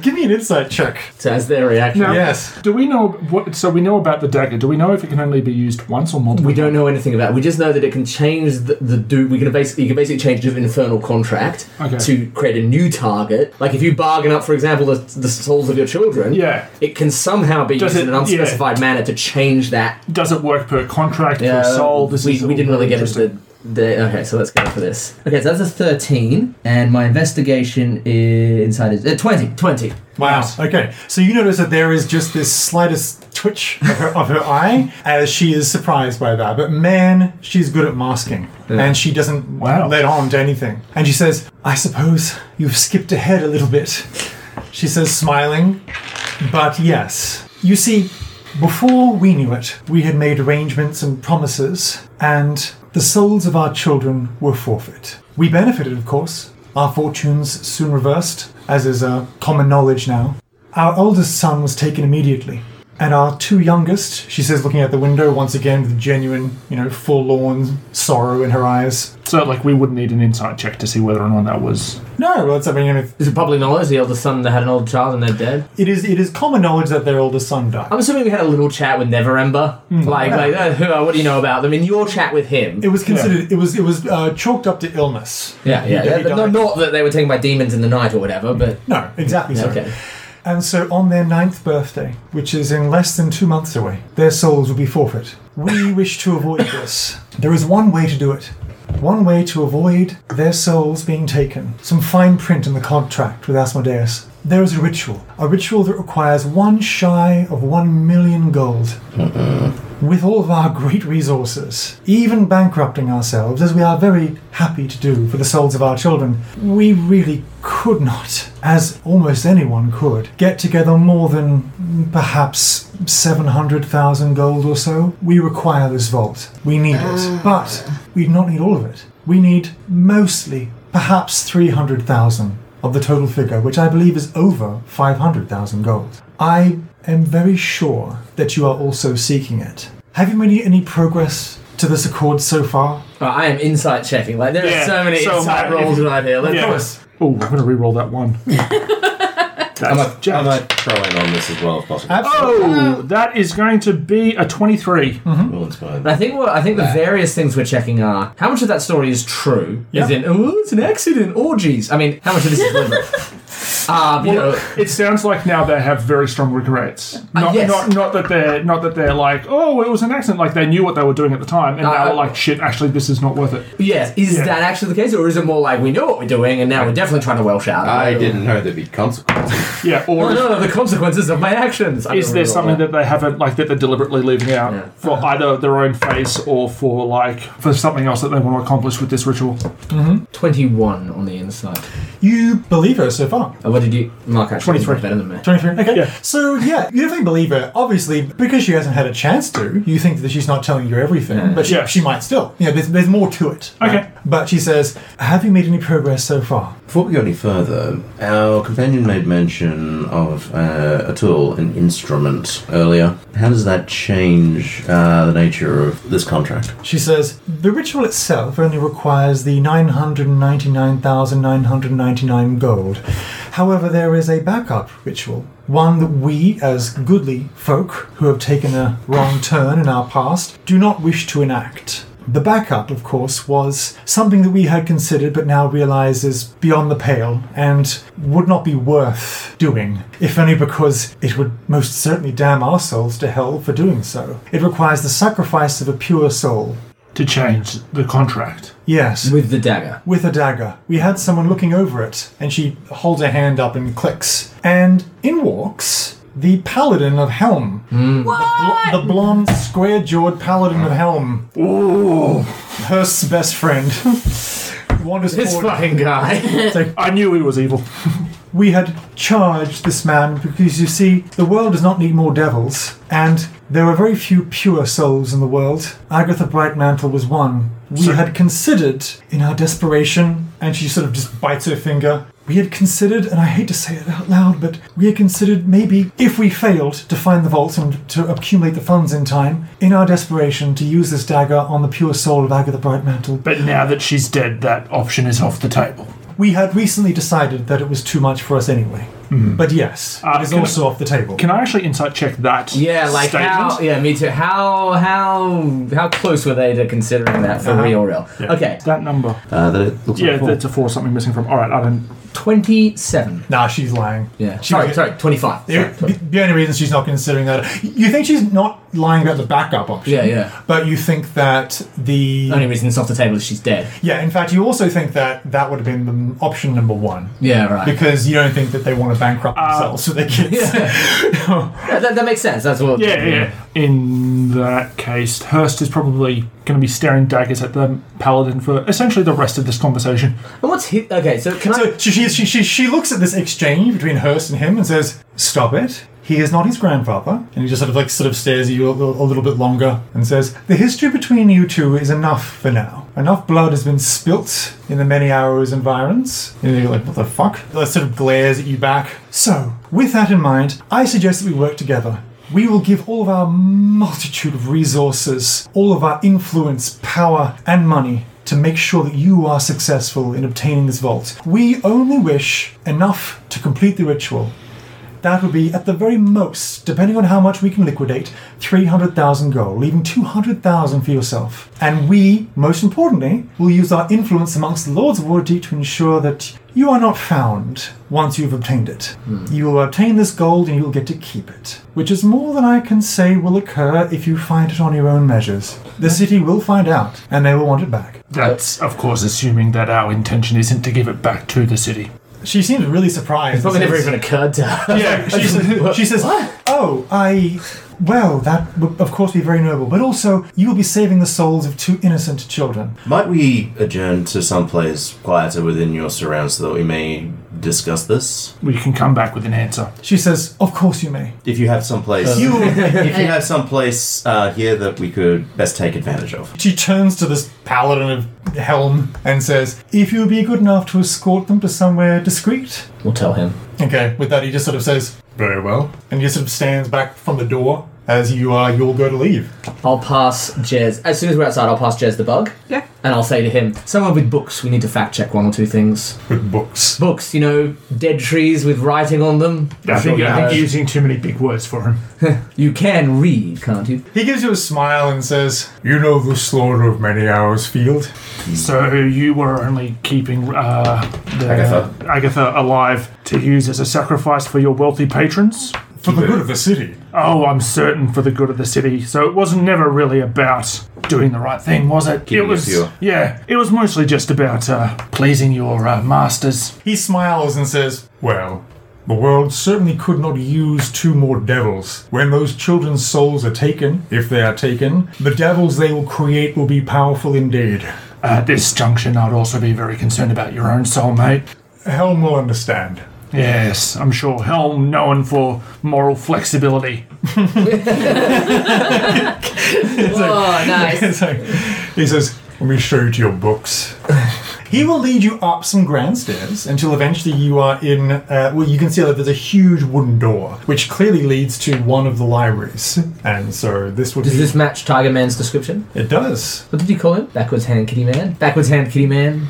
give me an insight check. So that's their reaction. Now, Yes. Do we know what? So we know about the dagger. Do we know if it can only be used once or multiple? We don't know anything about. It. We just know that it can change the, the do. We can basically you can basically change the infernal contract Okay. to create a new target. Like if you bargain up, for example, the, the souls of your children, Yeah. it can somehow be Does used in an it- yeah. unspecified manner to change that. Does it work per contract Yeah, per soul? This we, is we didn't really get into interesting. the The, okay, so let's go for this. Okay, so that's a 13, and my investigation is inside is uh, 20. 20. Wow. Okay. So you notice that there is just this slightest twitch of her, of her eye as she is surprised by that. But man, she's good at masking. Yeah. And she doesn't Wow. let on to anything. And she says, I suppose you've skipped ahead a little bit. She says, smiling. But yes, you see, before we knew it, we had made arrangements and promises, and the souls of our children were forfeit. We benefited, of course, our fortunes soon reversed, as is uh, common knowledge now. Our oldest son was taken immediately, and our two youngest, she says, looking out the window once again with genuine, you know, forlorn sorrow in her eyes. So, like, we would need an insight check to see whether or not that was. No, well, it's, I mean, if- Is it public knowledge the eldest son that had an old child and they're dead? it is it is common knowledge that their oldest son died. I'm assuming we had a little chat with Neverember. Like, like uh, who, are- what do you know about them? In your chat with him. It was considered. It was it was uh, chalked up to illness. Yeah, yeah. He- he yeah. but died. Not, not that they were taken by demons in the night or whatever, but. No, exactly so. Okay. And so, on their ninth birthday, which is in less than two months away, their souls will be forfeit. We wish to avoid this. There is one way to do it. One way to avoid their souls being taken. Some fine print in the contract with Asmodeus. There is a ritual. A ritual that requires one shy of one million gold. With all of our great resources, even bankrupting ourselves, as we are very happy to do for the souls of our children, we really could not, as almost anyone could, get together more than mm, perhaps 700,000 gold or so. We require this vault. We need it. But we do not need all of it. We need mostly, perhaps 300,000 of the total figure, which I believe is over 500,000 gold. I am very sure that you are also seeking it. Have you made any progress to this accord so far? Right, I am insight checking. Like, there are Yeah, so many so insight am I. rolls right here. Let's Oh, I'm going to re-roll [laughs] that one. That's I might, I jacked. might throw in on this as well if possible. Oh, that is going to be a 23. Will inspire I think what I think the various things we're checking are how much of that story is true. Is in oh it's an accident orgies. I mean, how much of [laughs] this is deliberate? um, you know, It sounds like now they have very strong regrets. Uh, Not, yes. not, not that they're not that they're like, oh, it was an accident. Like they knew what they were doing at the time, and now Uh, they're like, shit, actually, this is not worth it. yes, is Yeah. that actually the case, or is it more like we know what we're doing and now we're definitely trying to welsh out? I didn't know there'd be consequences. Yeah. Or Or no, no, the consequences of my actions. I is don't there really something know. that they haven't like that they're deliberately leaving out Yeah. for either their own face or for like for something else that they want to accomplish with this ritual? twenty-one on the inside? Oh. You believe her so far. Oh, what did you mark? 23. Actually, you're better than me. 23? Okay. Yeah. So, yeah, you definitely believe her. Obviously, because she hasn't had a chance to, you think that she's not telling you everything, but she, Mm. Yeah. she might still. You know, there's, there's more to it. Okay. But she says, Have you made any progress so far? Before we go any further, our companion made mention of uh, a tool, an instrument, earlier. How does that change uh, the nature of this contract? She says, The ritual itself only requires the 999,999 gold. However, there is a backup ritual, one that we, as goodly folk who have taken a wrong turn in our past, do not wish to enact. The backup, of course, was something that we had considered but now realize is beyond the pale and would not be worth doing, if only because it would most certainly damn our souls to hell for doing so. It requires the sacrifice of a pure soul. To change the contract. Yes. With the dagger. With a dagger. We had someone looking over it, and she holds her hand up and clicks. And in walks the paladin of Helm. The, bl- the blonde, square jawed paladin of Helm. Ooh. Her s- best friend. Wanders This forward. fucking guy. [laughs] I knew he was evil. We had charged this man because you see, the world does not need more devils, and there are very few pure souls in the world. Agatha Brightmantle was one. We had considered, in our desperation, and she sort of just bites her finger. We had considered, and I hate to say it out loud, but we had considered maybe if we failed to find the vault and to accumulate the funds in time, in our desperation to use this dagger on the pure soul of Agatha Brightmantle. But now that she's dead, that option is off the table. We had recently decided that it was too much for us anyway. Mm-hmm. But yes, it is Uh, can I- also off the table. Can I actually insight check that? [laughs] Yeah, like statement? how? Yeah, me too. How how how close were they to considering that for Uh-huh. real? Real. Yeah. Okay, that number. Uh, that it looks yeah, like four. that's a four. Something missing from. All right, I don't. twenty-seven. Nah, she's lying. Yeah. She sorry, was- sorry, twenty-five. The, Sorry, 20. the- the only reason she's not considering that, you think she's not lying about the backup option. Yeah, yeah. But you think that the The only reason it's off the table is she's dead. yeah. In fact, you also think that that would have been the option number one Yeah, right. [laughs] because you don't think that they want to Uh, bankrupt themselves for their kids. Yeah, that, that makes sense. That's what. Yeah, yeah. In that case, Hurst is probably going to be staring daggers at the paladin for essentially the rest of this conversation. And what's his? Okay, so can I? So she, she, she, she looks at this exchange between Hearst and him and says, Stop it. He is not his grandfather. And he just sort of like sort of stares at you a, little- a little bit longer and says, The history between you two is enough for now. Enough blood has been spilt in the many hours environs. And you're like, what the fuck? That sort of glares at you back. So, with that in mind, I suggest that we work together. We will give all of our multitude of resources, all of our influence, power, and money to make sure that you are successful in obtaining this vault. We only wish enough to complete the ritual. That would be, at the very most, depending on how much we can liquidate, 300,000 gold, leaving 200,000 for yourself. And we, most importantly, will use our influence amongst the Lords of Waterdeep to ensure that you are not found once you've obtained it. You will obtain this gold and you will get to keep it, which is more than I can say will occur if you find it on your own measures. The city will find out, and they will want it back. That's, of course, assuming that our intention isn't to give it back to the city. She seems really surprised. Probably never Says- even occurred to her. Yeah, she, says, she says, "Oh, I. Well, that would, of course, be very noble, but also you will be saving the souls of two innocent children. Might we adjourn to someplace quieter within your surrounds so that we may discuss this? We can come back with an answer. She says, "Of course you may. If you have someplace, You." [laughs] if you have someplace uh, here that we could best take advantage of. she turns to this paladin of helm and says, "If you would be good enough to escort them to somewhere discreet." [laughs] We'll tell him. Okay. With that, he just sort of says, "Very well," and he just sort of stands back from the door as you are. You'll go to leave. I'll pass Jez as soon as we're outside. I'll pass Jez the bug. Yeah. And I'll say to him, someone with books, we need to fact check one or two things. With books. Books, you know, dead trees with writing on them. I think, I think you, you're using too many big words for him. you can read, can't you? He gives you a smile and says, "You know the slaughter of many hours field." So you were only keeping uh, the Agatha. Agatha alive to use as a sacrifice for your wealthy patrons? For the good of the city. Oh, I'm certain for the good of the city. So it was never really about doing the right thing, was it? Keeping it it was, pure. yeah. It was mostly just about uh, pleasing your uh, masters. He smiles and says, Well, the world certainly could not use two more devils. When those children's souls are taken, if they are taken, the devils they will create will be powerful indeed. At this junction, I'd also be very concerned about your own soul, mate. Helm will understand. [laughs] Yes, I'm sure Helm, known for moral flexibility. Oh, nice. So he says, Let me show you to your books. [laughs] He will lead you up some grand stairs until eventually you are in. Uh, well, you can see that there's a huge wooden door, which clearly leads to one of the libraries. And so this would Does be. this match Tiger Man's description? it does. What did you call him? Backwards hand kitty man? Backwards hand kitty man?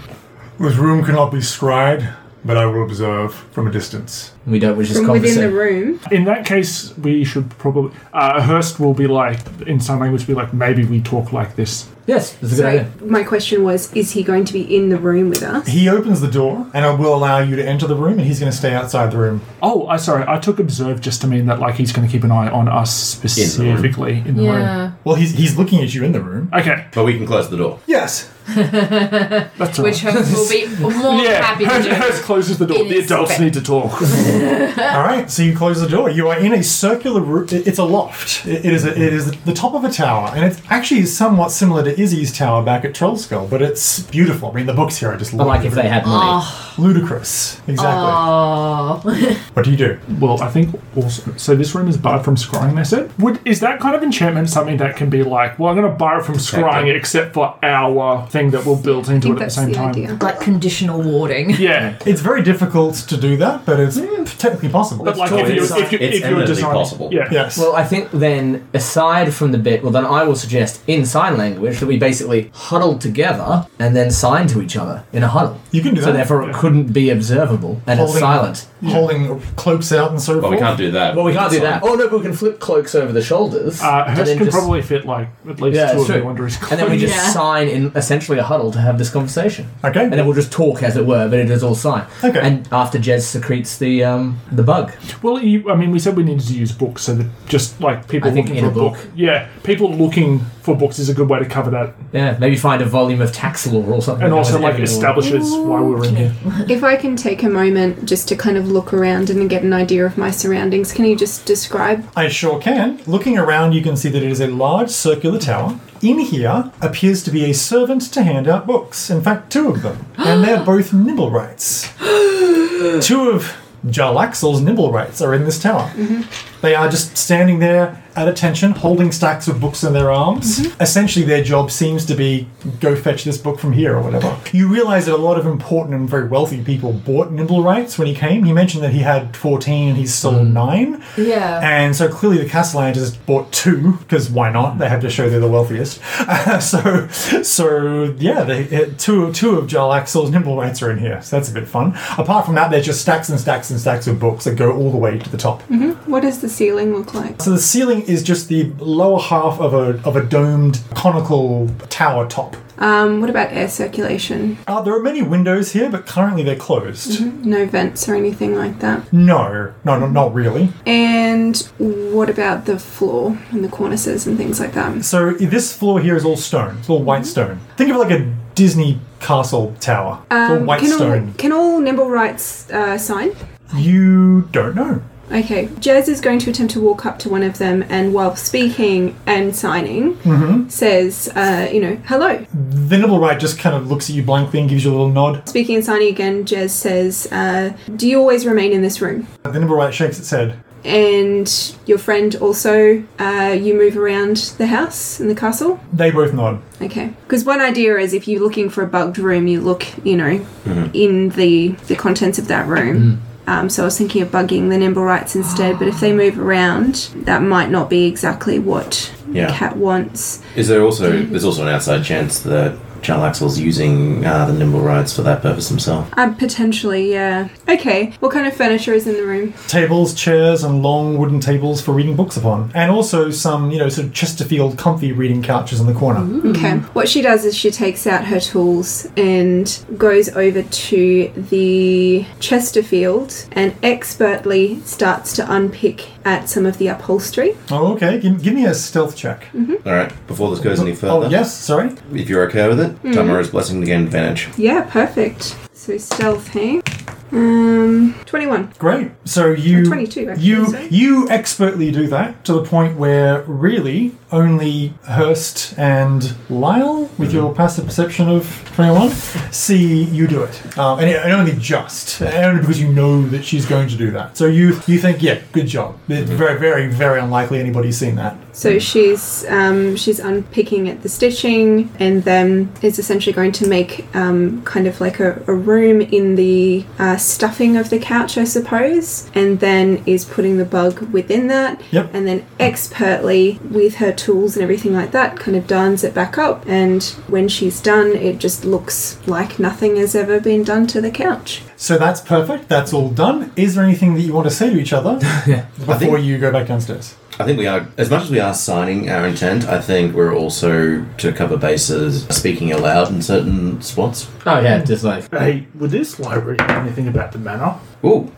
This room cannot be scried, but I will observe from a distance. We don't wish this From within the conversation. room. In that case, we should probably. Uh, Hurst will be like, in some language, be like, maybe we talk like this. Yes, that's a good So idea. my question was, is he going to be in the room with us? He opens the door and I will allow you to enter the room, and he's going to stay outside the room. Oh, I sorry, I took observe just to mean that like he's going to keep an eye on us specifically in the room. Yeah. Well, he's, he's looking at you in the room. Okay, But we can close the door. Yes. that's all right. Which Hurst will be more than yeah, happy to Hurst, do. [laughs] Hurst closes the door. In The adults respect. need to talk. [laughs] All right. So you close the door. You are in a circular room. It's a loft. It, it is a, it is the top of a tower, and it's actually somewhat similar to Izzy's tower back at Trollskull, but it's beautiful. I mean, the books here are just I like if they had money. Ah. ludicrous. Exactly. Oh. [laughs] What do you do? well, I think also. So this room is barred from scrying. They said. Would is that kind of enchantment something that can be like? Well, I'm going to bar it from scrying, except for our thing that we'll build I into think it at the that's same the time. idea. Like conditional warding. Yeah. It's very difficult to do that, but it's Mm. technically possible. But like if totally you, design- if you, it's if you were eminently designing, possible. yeah, yes. Well, I think then, aside from the bit, well, then I will suggest in sign language that we basically huddle together and then sign to each other in a huddle. You can do so that. therefore, it couldn't be observable and Holding- it's silent. holding cloaks out and so forth. Well, we can't do that. Well, we can't do that. Oh no, but we can flip cloaks over the shoulders. Uh, and Hirsch then can just- probably fit like at least Yeah, two that's of you true. under his clothes. And then we just sign in essentially a huddle to have this conversation. Okay. And then we'll just talk as it were, but it is all sign. Okay. And after Jez secretes the um, the bug. Well, you, I mean, we said we needed to use books, so that just like people I think looking in for a book. yeah, people looking for books is a good way to cover that, Yeah. Maybe find a volume of tax law or something. and that also goes like everywhere. establishes why we were in here. If I can take a moment just to kind of look around and get an idea of my surroundings, can you just describe? I sure can. Looking around, you can see that it is a large circular tower. In here appears to be a servant to hand out books. In fact, two of them. And they're both nibble rights. two of Jarlaxle's nibble rights are in this tower. They are just standing there at attention, holding stacks of books in their arms. Essentially, their job seems to be go fetch this book from here or whatever. You realize that a lot of important and very wealthy people bought nibble rights when he came. He mentioned that he had 14 and he's still nine. Yeah. And so clearly the Castellan just bought two because why not? They have to show they're the wealthiest. [laughs] so, so yeah, they, uh, two two of Jarl Axel's nimble rights are in here. So that's a bit fun. Apart from that, there's just stacks and stacks and stacks of books that go all the way to the top. hmm What does the ceiling look like? So the ceiling is just the lower half of a of a domed conical tower top. Um, what about air circulation? Uh, there are many windows here, but currently they're closed. No vents or anything like that. No, no, no, not really. And what about the floor and the cornices and things like that? So this floor here is all stone. It's all white stone. Think of like a Disney castle tower. it's all white Um, can stone. all can all nimble rights uh, sign? You don't know. Okay, Jez is going to attempt to walk up to one of them, and while speaking and signing, Mm-hmm. says, uh, you know, hello. The nibble right just kind of looks at you blankly and gives you a little nod. Speaking and signing again, Jez says, uh, do you always remain in this room? The nibble right shakes its head. And your friend also, uh, you move around the house and the castle? They both nod. Okay. Because one idea is if you're looking for a bugged room, you look, you know, Mhm. in the the contents of that room. Um, so I was thinking of bugging the nimble rights instead, but if they move around, that might not be exactly what Yeah. Cat wants. Is there also there's also an outside chance that Charles Axel's using uh, the nimble rides for that purpose himself? Uh, potentially, yeah. Okay. What kind of furniture is in the room? Tables, chairs, and long wooden tables for reading books upon, and also some, you know, sort of Chesterfield comfy reading couches in the corner. Okay. What she does is she takes out her tools and goes over to the Chesterfield and expertly starts to unpick at some of the upholstery. Oh, okay. Give, give me a stealth check. All right. Before this goes any further, Oh, yes. Sorry. If you're okay with it, Mhm. Tamara's blessing to gain advantage. Yeah, perfect. So stealth, hey? Um, 21. Great. So you 22, actually, you so. you expertly do that to the point where really only Hurst and Lyle, with your passive perception of twenty one, see you do it, um, and, and only just, and only because you know that she's going to do that. So you you think, yeah, good job. It's very very very unlikely anybody's seen that. So she's um, she's unpicking at the stitching, and then is essentially going to make um, kind of like a, a room in the uh, stuffing of the couch, I suppose, and then is putting the bug within that, Yep. and then expertly with her tools and everything like that, kind of darns it back up, and when she's done, it just looks like nothing has ever been done to the couch. So that's perfect. That's all done. Is there anything that you want to say to each [laughs] other before you go back downstairs? I think we are, as much as we are signing our intent, I think we're also to cover bases speaking aloud in certain spots. Oh yeah, just like Hey, would this library know anything about the manor? Ooh,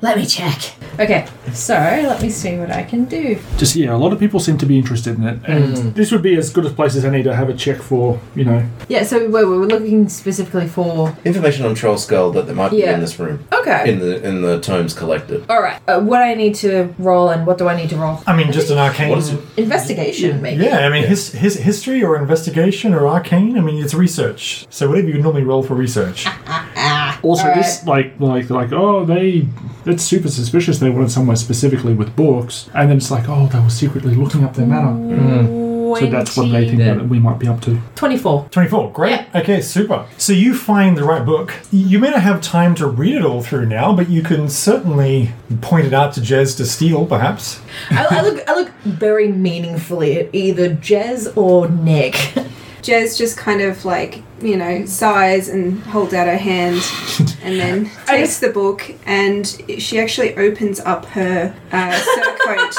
let me check. Okay, so let me see what I can do. Just yeah, a lot of people seem to be interested in it, and this would be as good a place as any to have a check for. You know, Yeah, so we we were looking specifically for. information on Troll Skull that there might be Yeah. in this room. Okay. In the in the tomes collected. All right, uh, what I need to roll and what do I need to roll? I mean, just an arcane. What is it? Investigation, maybe. Yeah, I mean, his, his history or investigation or arcane. I mean, it's research. So whatever you normally roll for research. also All this like like like oh they that's super suspicious. They wanted somewhere specifically with books, and then it's like oh they were secretly looking up their manor. So that's what they think that we might be up to. 24. 24, great. Okay, super. So you find the right book. You may not have time to read it all through now, but you can certainly point it out to Jez to steal, perhaps. I, I look I look very meaningfully at either Jez or Nick. Jez just kind of like, you know, sighs and holds out her hand and then [laughs] takes the book and she actually opens up her uh, [laughs] surcoat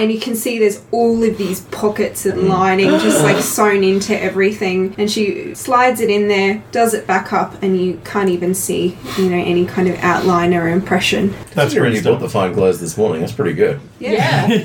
and you can see there's all of these pockets and lining just [gasps] like sewn into everything and she slides it in there, does it back up and you can't even see, you know, any kind of outline or impression. That's pretty You bought the fine clothes this morning. That's pretty good.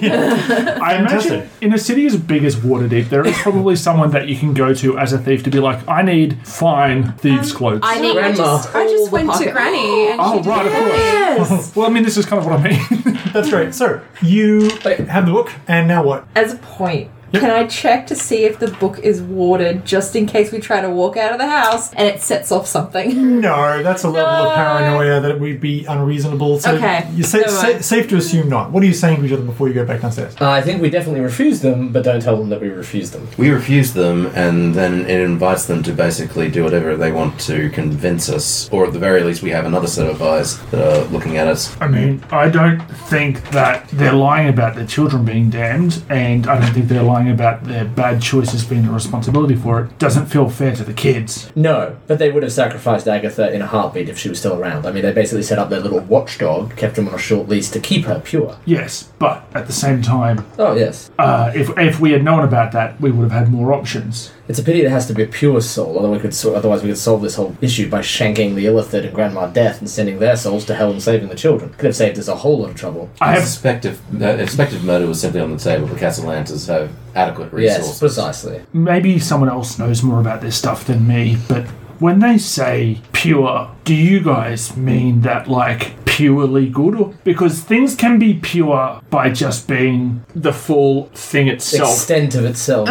I imagine in a city as big as Waterdeep, there is probably someone that you can go to as a thief to be like, I need fine thieves' clothes. I need I just, I just went to Granny and Oh, she right, of did [laughs] course. well, I mean, this is kind of what I mean. That's great. So you have the book, and now what? As a point, can I check to see if the book is watered just in case we try to walk out of the house and it sets off something? No, that's a level of paranoia that would be unreasonable. So Okay, you sa- never sa- mind. safe to assume not. What are you saying to each other before you go back downstairs? Uh, I think we definitely refuse them, but don't tell them that we refuse them. We refuse them, and then it invites them to basically do whatever they want to convince us, or at the very least, we have another set of eyes that are looking at us. I mean, I don't think that they're lying about their children being damned, and I don't think they're lying about their bad choices being the responsibility for it. Doesn't feel fair to the kids. No, but they would have sacrificed Agatha in a heartbeat if she was still around. I mean, they basically set up their little watchdog, kept him on a short leash to keep her pure. Yes, but at the same time, Oh, yes. uh, if, if we had known about that, we would have had more options. It's a pity there has to be a pure soul, otherwise we could, so- otherwise we could solve this whole issue by shanking the Illithid and Grandma Death and sending their souls to hell and saving the children. Could have saved us a whole lot of trouble. I have- Expective, uh, expected murder was simply on the table. The Castellantas have adequate resources. Yes, precisely. Maybe someone else knows more about this stuff than me, but when they say pure, do you guys mean that like purely good? Or, because things can be pure by just being the full thing itself. Extent of itself.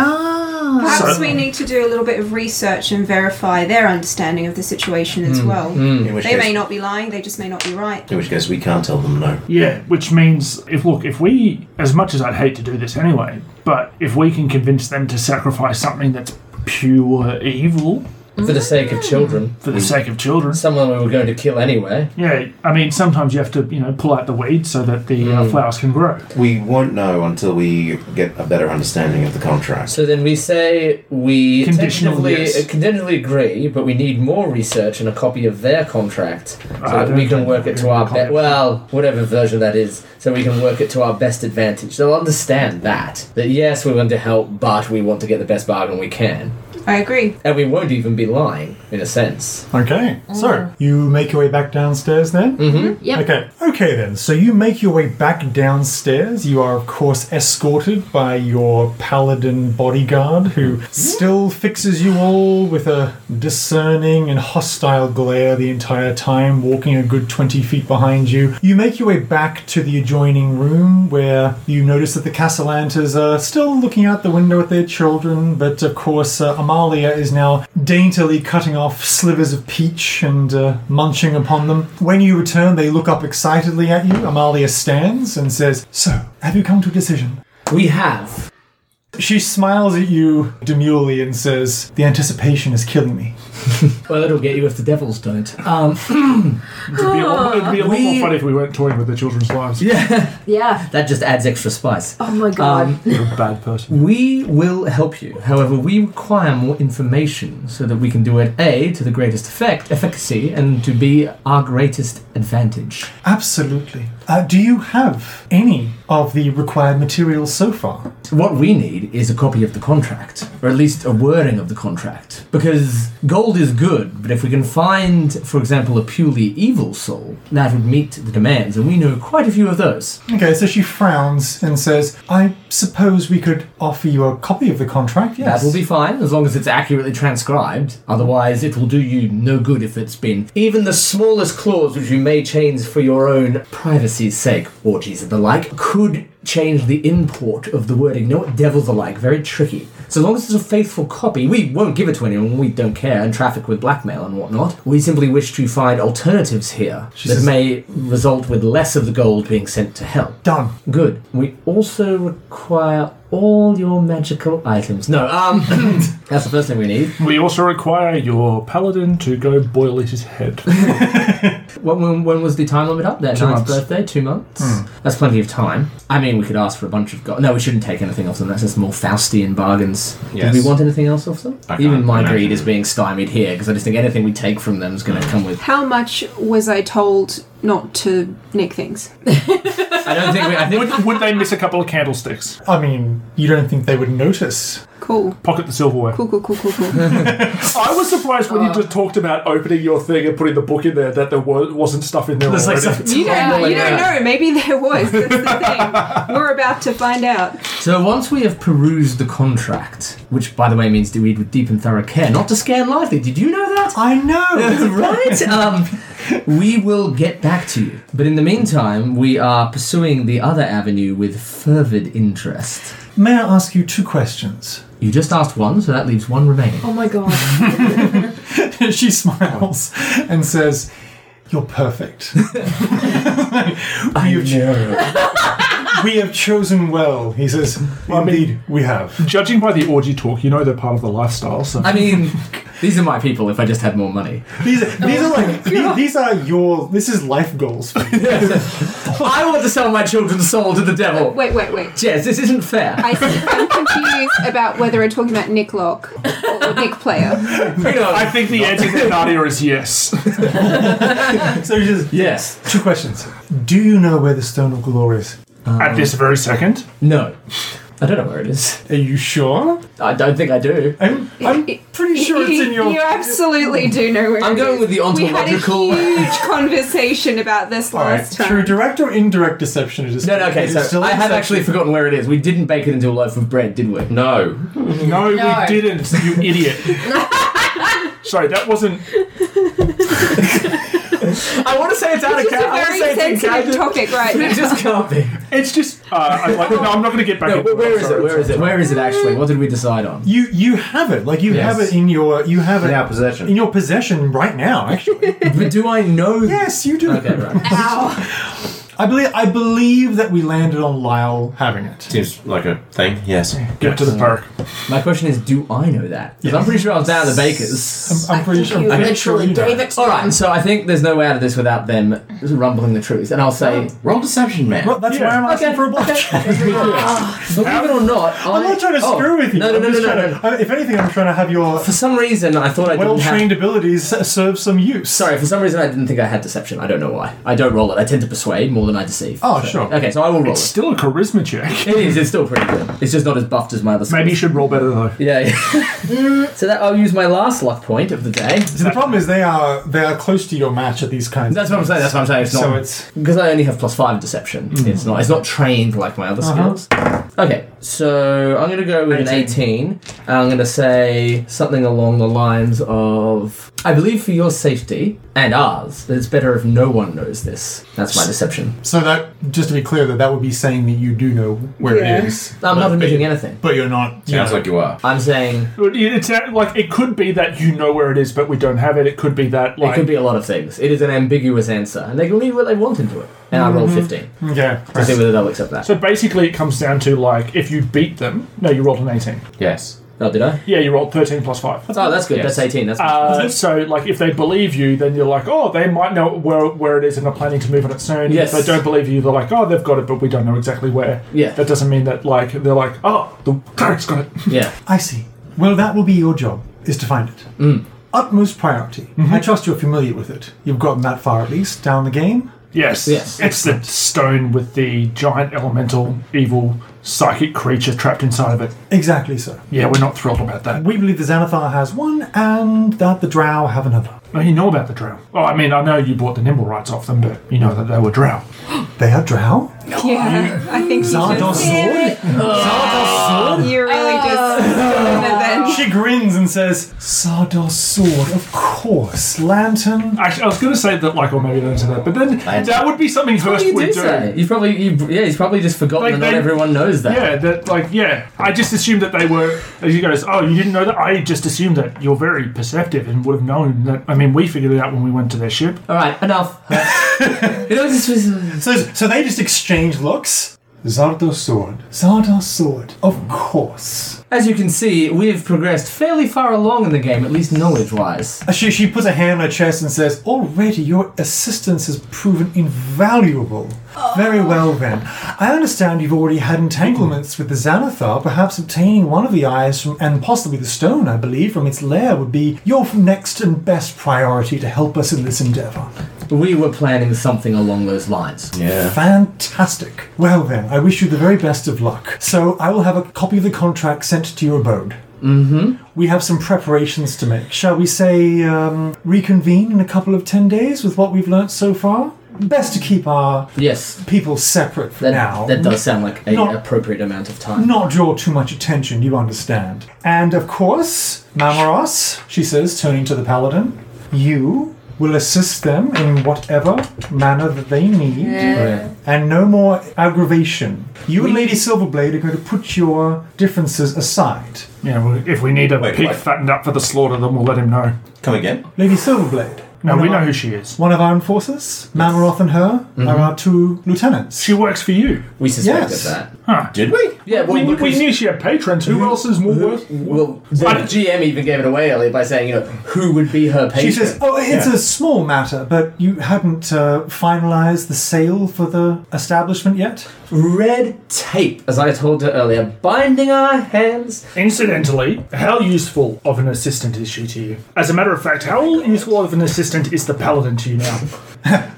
Perhaps So- we need to do a little bit of research and verify their understanding of the situation Hmm. as well. In which They may case, not be lying, they just may not be right. in which case, we can't tell them no. Yeah, which means if look, if we as much as I'd hate to do this anyway, but if we can convince them to sacrifice something that's pure evil For the sake of children. for the sake of children. Someone we were going to kill anyway. Yeah, I mean sometimes you have to, you know, pull out the weeds so that the uh, flowers can grow. We won't know until we get a better understanding of the contract. So then we say we Conditional, tentatively, yes. uh, conditionally agree, but we need more research and a copy of their contract so Ah, I that we don't can think work we're it to gonna our get a copy best. of Well, whatever version that is, so we can work it to our best advantage. They'll understand that that yes, we want to help, but we want to get the best bargain we can, I agree. and we won't even be lying in a sense. Okay, so you make your way back downstairs then? Mm-hmm. Yep. Okay. Okay then. So you make your way back downstairs. You are of course escorted by your paladin bodyguard who still fixes you all with a discerning and hostile glare the entire time, walking a good twenty feet behind you. You make your way back to the adjoining room where you notice that the Castellantas are still looking out the window at their children, but of course uh, Amalia is now daintily cutting off slivers of peach and uh, munching upon them. When you return, they look up excitedly at you. Amalia stands and says, So, have you come to a decision? We have. She smiles at you demurely and says, The anticipation is killing me. Well, it'll get you if the devils don't. Um, It'd be a lot, it'd be a lot We- more fun if we weren't toying with the children's lives. Yeah. Yeah. [laughs] That just adds extra spice. Oh Um, my god. Um, You're a bad person. We will help you. However, we require more information so that we can do it A to the greatest effect, efficacy, and to B our greatest advantage. Absolutely. Uh, do you have any of the required materials so far? What we need is a copy of the contract, or at least a wording of the contract. Because gold is good, but if we can find, for example, a purely evil soul, that would meet the demands, and we know quite a few of those. Okay, so she frowns and says, I suppose we could offer you a copy of the contract, yes. That will be fine as long as it's accurately transcribed. Otherwise, it will do you no good if it's been even the smallest clause, which you may change for your own privacy's sake, orgies and the like, could change the import of the wording. You know what devils are like? Very tricky. So long as it's a faithful copy, we won't give it to anyone. We don't care and traffic with blackmail and whatnot. We simply wish to find alternatives here that says- may result with less of the gold being sent to hell. Done. Good. We also require all your magical items. No, [laughs] um, that's the first thing we need. We also require your paladin to go boil his head. When, when, when was the time limit up? That Two ninth months. birthday? Two months? Hmm. That's plenty of time. I mean, we could ask for a bunch of. Go- no, we shouldn't take anything off them. That's just more Faustian bargains. Yes. Did we want anything else off them? I can't Even my imagine. Hmm. greed is being stymied here because I just think anything we take from them is going to come with. How much was I told not to nick things? I don't think we. I think would, would they miss a couple of candlesticks? I mean, you don't think they would notice? Cool. Pocket the silverware. Cool, cool, cool, cool, [laughs] cool. I was surprised when you just talked about opening your thing and putting the book in there that there wa- wasn't stuff in there There's like already. You don't, you don't know. Maybe there was. That's the thing. We're about to find out. So once we have perused the contract, which by the way means to read with deep and thorough care, not to scan lightly. Did you know that? [laughs] I know, [laughs] right? Um, we will get back to you. But in the meantime, we are pursuing the other avenue with fervid interest. May I ask you two questions? You just asked one, so that leaves one remaining. Oh my god. [laughs] she smiles [laughs] and says, You're [laughs] perfect. we, have [laughs] we have chosen well, he says. Indeed, we have. Judging by the orgy talk, you know they're part of the lifestyle. So I mean, these are my people if I just had more money. These are, these are [laughs] like these, these are your this is life goals. For [laughs] you. I want to sell my children's soul to the devil. Wait, wait, wait. Jez, this isn't fair. I think I'm confused about whether we're talking about Nick Locke or Nick Player. I think the answer to Nadia is yes. [laughs] so he says yes. Two questions. Do you know where the Stone of Glory is? At this very second? No. I don't know where it is. Are you sure? I don't think I do. I'm, [laughs] I'm pretty sure it's in your. You absolutely do know where I'm it going is. with the ontological- We had a huge conversation about this [laughs] All right, last through time. direct or indirect deception, it is. No, no, okay, it is so still I have deception. actually forgotten where it is. We didn't bake it into a loaf of bread, did we? No. No, No. we didn't, you idiot. Sorry, that wasn't. I want to say it's out It's of just a character. I want to very say it's in sensitive character. topic right but [laughs] it now. just can't be. It's just. Uh, I'm like, no, I'm not going to get back No, into but where is Sorry, it? Where is it? Where is it actually? What did we decide on? You you have it like you Yes. have it in your you have In it our possession. in your possession right now. Actually, [laughs] But do I know? yes, you do. Okay, right. I believe I believe that we landed on Lyle having it. Seems like a thing. Yes. Get to the park. My question is, do I know that? Because I'm pretty sure I was down at the baker's. I'm pretty sure. You I'm pretty sure literally you know. gave it to All them. right, so I think there's no way out of this without them rumbling the truth. And I'll say, Roll deception, man. Well, that's Yeah. why I'm asking Okay, for a block. believe it or not, I, [laughs] I'm not trying to oh, screw with you. No, no, I'm no, no, just no, trying no. To, I- if anything, I'm trying to have your For some reason, I thought I didn't have well-trained [laughs] abilities s- serve some use. Sorry, for some reason I didn't think I had deception. I don't know why. I don't roll it. I tend to persuade more than I deceive. Oh, So- sure. Okay, so I will roll It's still a charisma check. it. It is. It's still pretty good. It's just not as buffed as my other. Maybe you skills. should roll better, though. Yeah. yeah. [laughs] so that I'll use my last luck point of the day. See, the problem is they are they are close to your match at these kinds. That's what I'm saying. That's what I'm saying. It's not Mm. So it's because I only have plus five deception. It's not. It's not trained like my other Uh-huh. skills. Okay, so I'm gonna go with an eighteen. and I'm gonna say something along the lines of, "I believe for your safety and ours, that it's better if no one knows this." That's my [laughs] deception. so that just to be clear that that would be saying that you do know where it Yeah. is, I'm not admitting anything. but you're not. you Sounds know. like you are. I'm saying It- It's uh, like it could be that you know where it is, but we don't have it. It could be that It like could be a lot of things. It is an ambiguous answer, and they can read what they want into it. And I roll 15 yeah. to see Mm-hmm. right. whether they'll accept that. So basically, it comes down to like if you beat them. No, you rolled an eighteen. Yes. Oh, did I? Yeah, you rolled thirteen plus five. Oh, that's good. That's 18. That's Uh, so like if they believe you, then you're like, oh, they might know where where it is and are planning to move on it soon. Yes. If they don't believe you, they're like, oh, they've got it, but we don't know exactly where. Yeah. That doesn't mean that like they're like, oh, the cleric's got it. [laughs] yeah. I see. Well, that will be your job is to find it. Utmost priority. I trust you're familiar with it. You've gotten that far at least down the game. Yes. Yes. It's the stone with the giant elemental evil psychic creature trapped inside of it. Exactly so. Yeah, we're not thrilled about that. We believe the Xanathar has one, and that the Drow have another. No, you know about the drow. Well, I mean, I know you bought the nimble rights off them, but you know that they were drow. They are Drow. Yeah, I think you [laughs] Zardos just. sword. Zardos sword. You really Ah. just. She grins and says, "Sardos sword, of course. Lantern. Actually, I was going to say that, like, or maybe don't say that, but then that would be something Hurst You would do do. say. You probably, you, yeah, he's probably just forgotten Like, that not they- everyone knows that. Yeah, that like yeah. I just assumed that they were. As you guys, oh, you didn't know that. I just assumed that you're very perceptive and would have known that. I mean, we figured it out when we went to their ship. [laughs] All right, enough. you know, this was, So, so they just exchange looks. Zardo's sword. Zardo's sword. Of course. As you can see, we've progressed fairly far along in the game, at least knowledge wise. She, she puts a hand on her chest and says, Already your assistance has proven invaluable. Very well, then. I understand you've already had entanglements with the Xanathar. Perhaps obtaining one of the eyes from, and possibly the stone, I believe, from its lair would be your next and best priority to help us in this endeavor. We were planning something along those lines. Fantastic. Well, then, I wish you the very best of luck. So, I will have a copy of the contract sent to your abode. Mm-hmm. We have some preparations to make. Shall we say, um, reconvene in a couple of ten days with what we've learnt so far? Best to keep our Yes. people separate for That, now. that does sound like an Not- appropriate amount of time. Not draw too much attention, you understand. And of course, Mamaros, she says, turning to the paladin, you will assist them in whatever manner that they need. Yeah. Yeah. And no more aggravation. You and Lady Silverblade are going to put your differences aside. Yeah, well, if we need a pig fattened up for the slaughter, then we'll let him know. Come again? Lady Silverblade. No, One we of know our- who she is. One of our enforcers, Mamaroth and her, are our two lieutenants. She works for you. We suspected suspected that. Huh. Did we? Yeah, well, we, look we who's- knew she had patrons. Who, else is more worth? Well, the GM even gave it away earlier by saying, you know, who would be her She patron? says, "Oh, it's a small matter, but you hadn't uh, finalized the sale for the establishment yet." Red tape, as I told her earlier, binding our hands. Incidentally, how useful of an assistant is she to you? As a matter of fact, how useful of an assistant is the paladin to you now?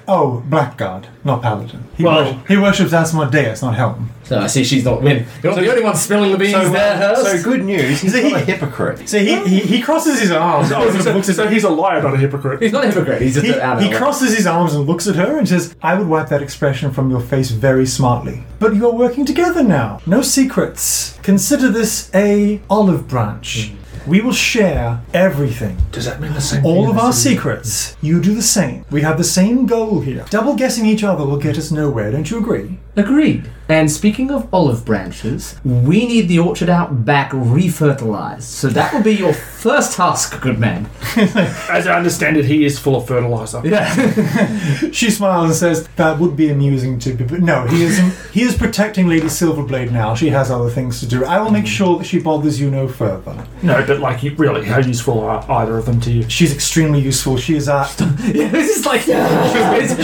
Oh, Blackguard, not Paladin. He, Well- wor- he worships Asmodeus, not Helm. So I see she's not winning. You're not So- the only one spilling the beans so, uh, there, Hurst. so good news. He's not a hypocrite. So he, he, [laughs] he crosses his arms. Oh, so- so [laughs] he's a liar, not a hypocrite. He's not a hypocrite. He's just he, an animal. he crosses his arms and looks at her and says, "I would wipe that expression from your face very smartly." But you are working together now. No secrets. Consider this a olive branch. We will share everything. Does that mean the same? All thing of as our the- secrets. You do the same. We have the same goal here. Double guessing each other will get us nowhere, don't you agree? Agreed. And speaking of olive branches, we need the orchard out back refertilized. So that will be your first task, good man. As I understand it, he is full of fertilizer. she smiles and says, "That would be amusing to be." But no, he is he is protecting Lady Silverblade now. She has other things to do. I will make sure that she bothers you no further. No, but like, you, really, how useful are either of them to you? She's extremely useful. She is our [laughs] yeah, this is like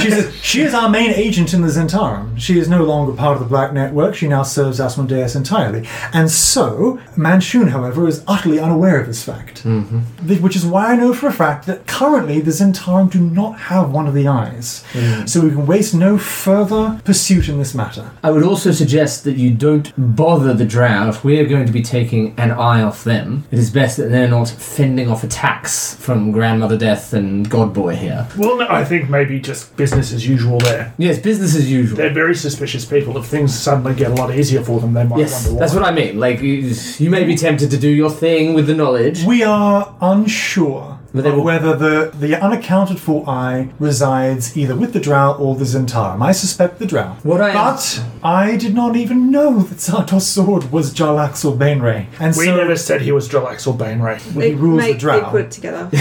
she's, she is our main agent in the Zentarum. She is no longer part of the Black Network. She now serves Asmodeus entirely. And so Manchun, however, is utterly unaware of this fact. Mm-hmm. Th- which is why I know for a fact that currently the Zentarum do not have one of the eyes. Mm. So we can waste no further pursuit in this matter. I would also suggest that you don't bother the drow if we are going to be taking an eye off them. It is best that they're not fending off attacks from Grandmother Death and Godboy here. Well, no, I think maybe just business as usual there. Yes, business as usual. They're very suspicious people. If things suddenly get a lot easier for them, they might Yes, wonder why. that's what I mean. Like, you you may be tempted to do your thing with the knowledge. We are unsure of whether the, the unaccounted for eye resides either with the Drow or the Zentarum. I suspect the Drow. What I but I did not even know that Zartos Sword was Jarlaxle Bainray. And we so never said he was Drillaxel Bainray. he rules the Mate, Drow. They put it together. [laughs]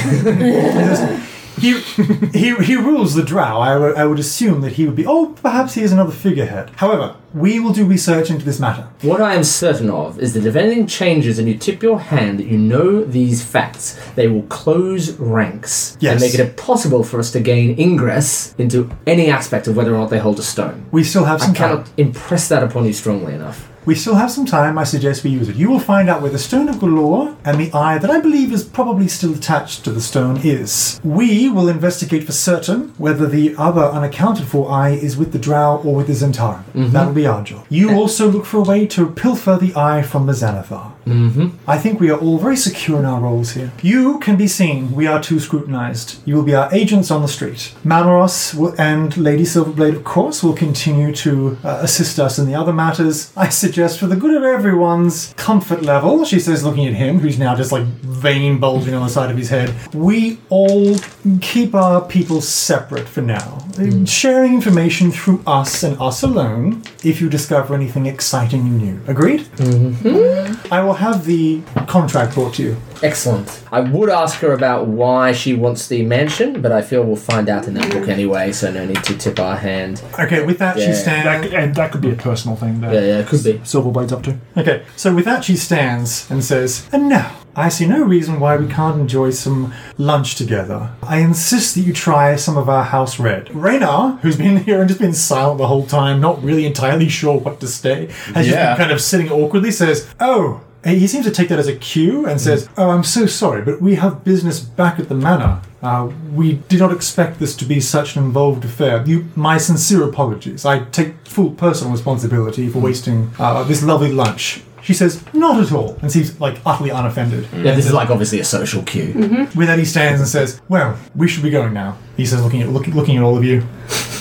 he, he, he rules the drow. I would- I would assume that he would be. Oh, perhaps he is another figurehead. However, we will do research into this matter. What I am certain of is that if anything changes and you tip your hand that you know these facts, they will close ranks Yes. and make it impossible for us to gain ingress into any aspect of whether or not they hold a stone. We still have some I cannot impress that upon you strongly enough. We still have some time. I suggest we use it. You will find out where the stone of Galore and the eye that I believe is probably still attached to the stone is. We will investigate for certain whether the other unaccounted for eye is with the drow or with the Zentaran. Mhm. That'll be our job. You also look for a way to pilfer the eye from the Xanathar. Mm-hmm. I think we are all very secure in our roles here. You can be seen. We are too scrutinized. You will be our agents on the street. Mamaros will, and Lady Silverblade, of course, will continue to uh, assist us in the other matters. I suggest, for the good of everyone's comfort level, she says, looking at him, who's now just like vein bulging on the side of his head, we all keep our people separate for now. Uh, Sharing information through us and us alone if you discover anything exciting and new. Agreed? Mm-hmm. I will have the contract brought to you. Excellent. I would ask her about why she wants the mansion, but I feel we'll find out in that book anyway, so no need to tip our hand. Okay, with that, Yeah. she stands. and that could be a personal thing. That Yeah, yeah, it could be. Silverblade's up to. Okay, so with that, she stands and says, And now, I see no reason why we can't enjoy some lunch together. I insist that you try some of our house red. Raynar, who's been [laughs] here and just been silent the whole time, not really entirely sure what to say, has just Yeah. been kind of sitting awkwardly, says, Oh, he seems to take that as a cue and says, Oh, I'm so sorry, but we have business back at the manor. Uh, we did not expect this to be such an involved affair. You, my sincere apologies. I take full personal responsibility for wasting uh, this lovely lunch. She says, Not at all, and seems like utterly unoffended. Yeah, this is like obviously a social cue. [laughs] With that, he stands and says, Well, we should be going now. He says, looking at, look, looking at all of you.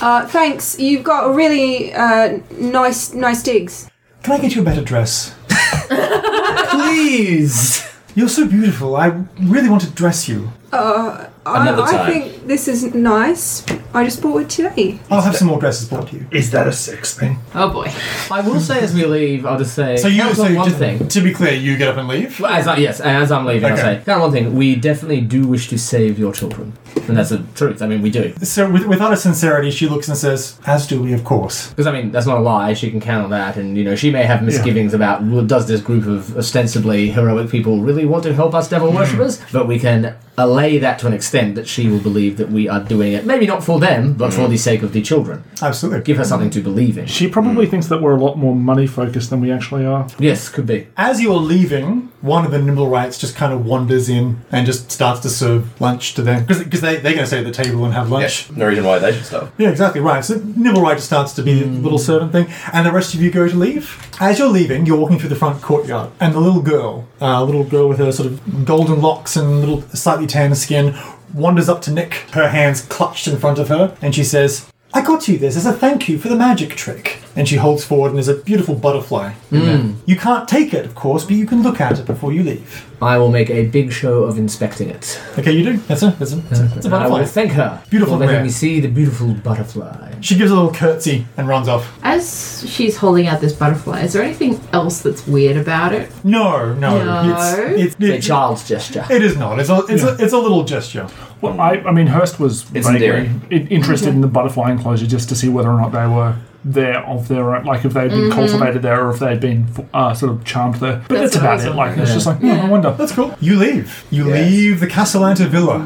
Uh, thanks. You've got a really uh, nice, nice digs. Can I get you a better dress? Please! You're so beautiful. I really want to dress you. Uh, I, Another I time. think this is nice. I just bought it today. I'll have some more dresses brought to you. Is that a sex thing? Oh boy. I will say as we leave, I'll just say. So you- count so on you one just- thing. To be clear, you get up and leave? Well, as I, yes, as I'm leaving, Okay. I'll say. Count on one thing. We definitely do wish to save your children. And that's the truth. I mean, we do. So, with, with utter sincerity, she looks and says, As do we, of course. Because I mean, that's not a lie. She can count on that, and you know, she may have misgivings about well, does this group of ostensibly heroic people really want to help us Hmm. devil worshippers? But we can allay that to an extent that she will believe that we are doing it, maybe not for them, but Hmm. for the sake of the children. Absolutely. Give her something to believe in. She probably thinks that we're a lot more money focused than we actually are. Yes, could be. As you're leaving, one of the nimble rights just kind of wanders in and just starts to serve lunch to them. Because they, they're going to stay at the table and have lunch. No reason why they should stop. Yeah, exactly right. So Nibble Rider starts to be the Hmm. little servant thing, and the rest of you go to leave. As you're leaving, you're walking through the front courtyard, and the little girl, a little girl with her sort of golden locks and little slightly tan skin, wanders up to Nick, her hands clutched in front of her, and she says, "I got you this as a thank you for the magic trick." And she holds forward, and there's a beautiful butterfly. in there. Mm. You can't take it, of course, but you can look at it before you leave. I will make a big show of inspecting it. Okay, you do. That's a that's a, that's a, that's a And I butterfly. will thank her. Beautiful for letting rare. me see the beautiful butterfly. She gives a little curtsy and runs off. As she's holding out this butterfly, is there anything else that's weird about it? No, no, No. It's, it's, a child's gesture. It is not. It's a it's, a, it's a little gesture. Well, I, I mean, Hurst was It's vaguely endearing. in- interested in the butterfly enclosure just to see whether or not they were there of their own, like if they'd been Mhm. cultivated there or if they'd been uh, sort of charmed there. But That's that's, what I about was it. wondering. Like it's Yeah. just like, hmm, I wonder. That's cool. You leave. You leave the Castellanta Villa.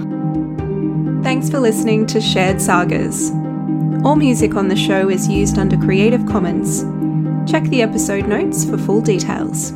Thanks for listening to Shared Sagas. All music on the show is used under Creative Commons. Check the episode notes for full details.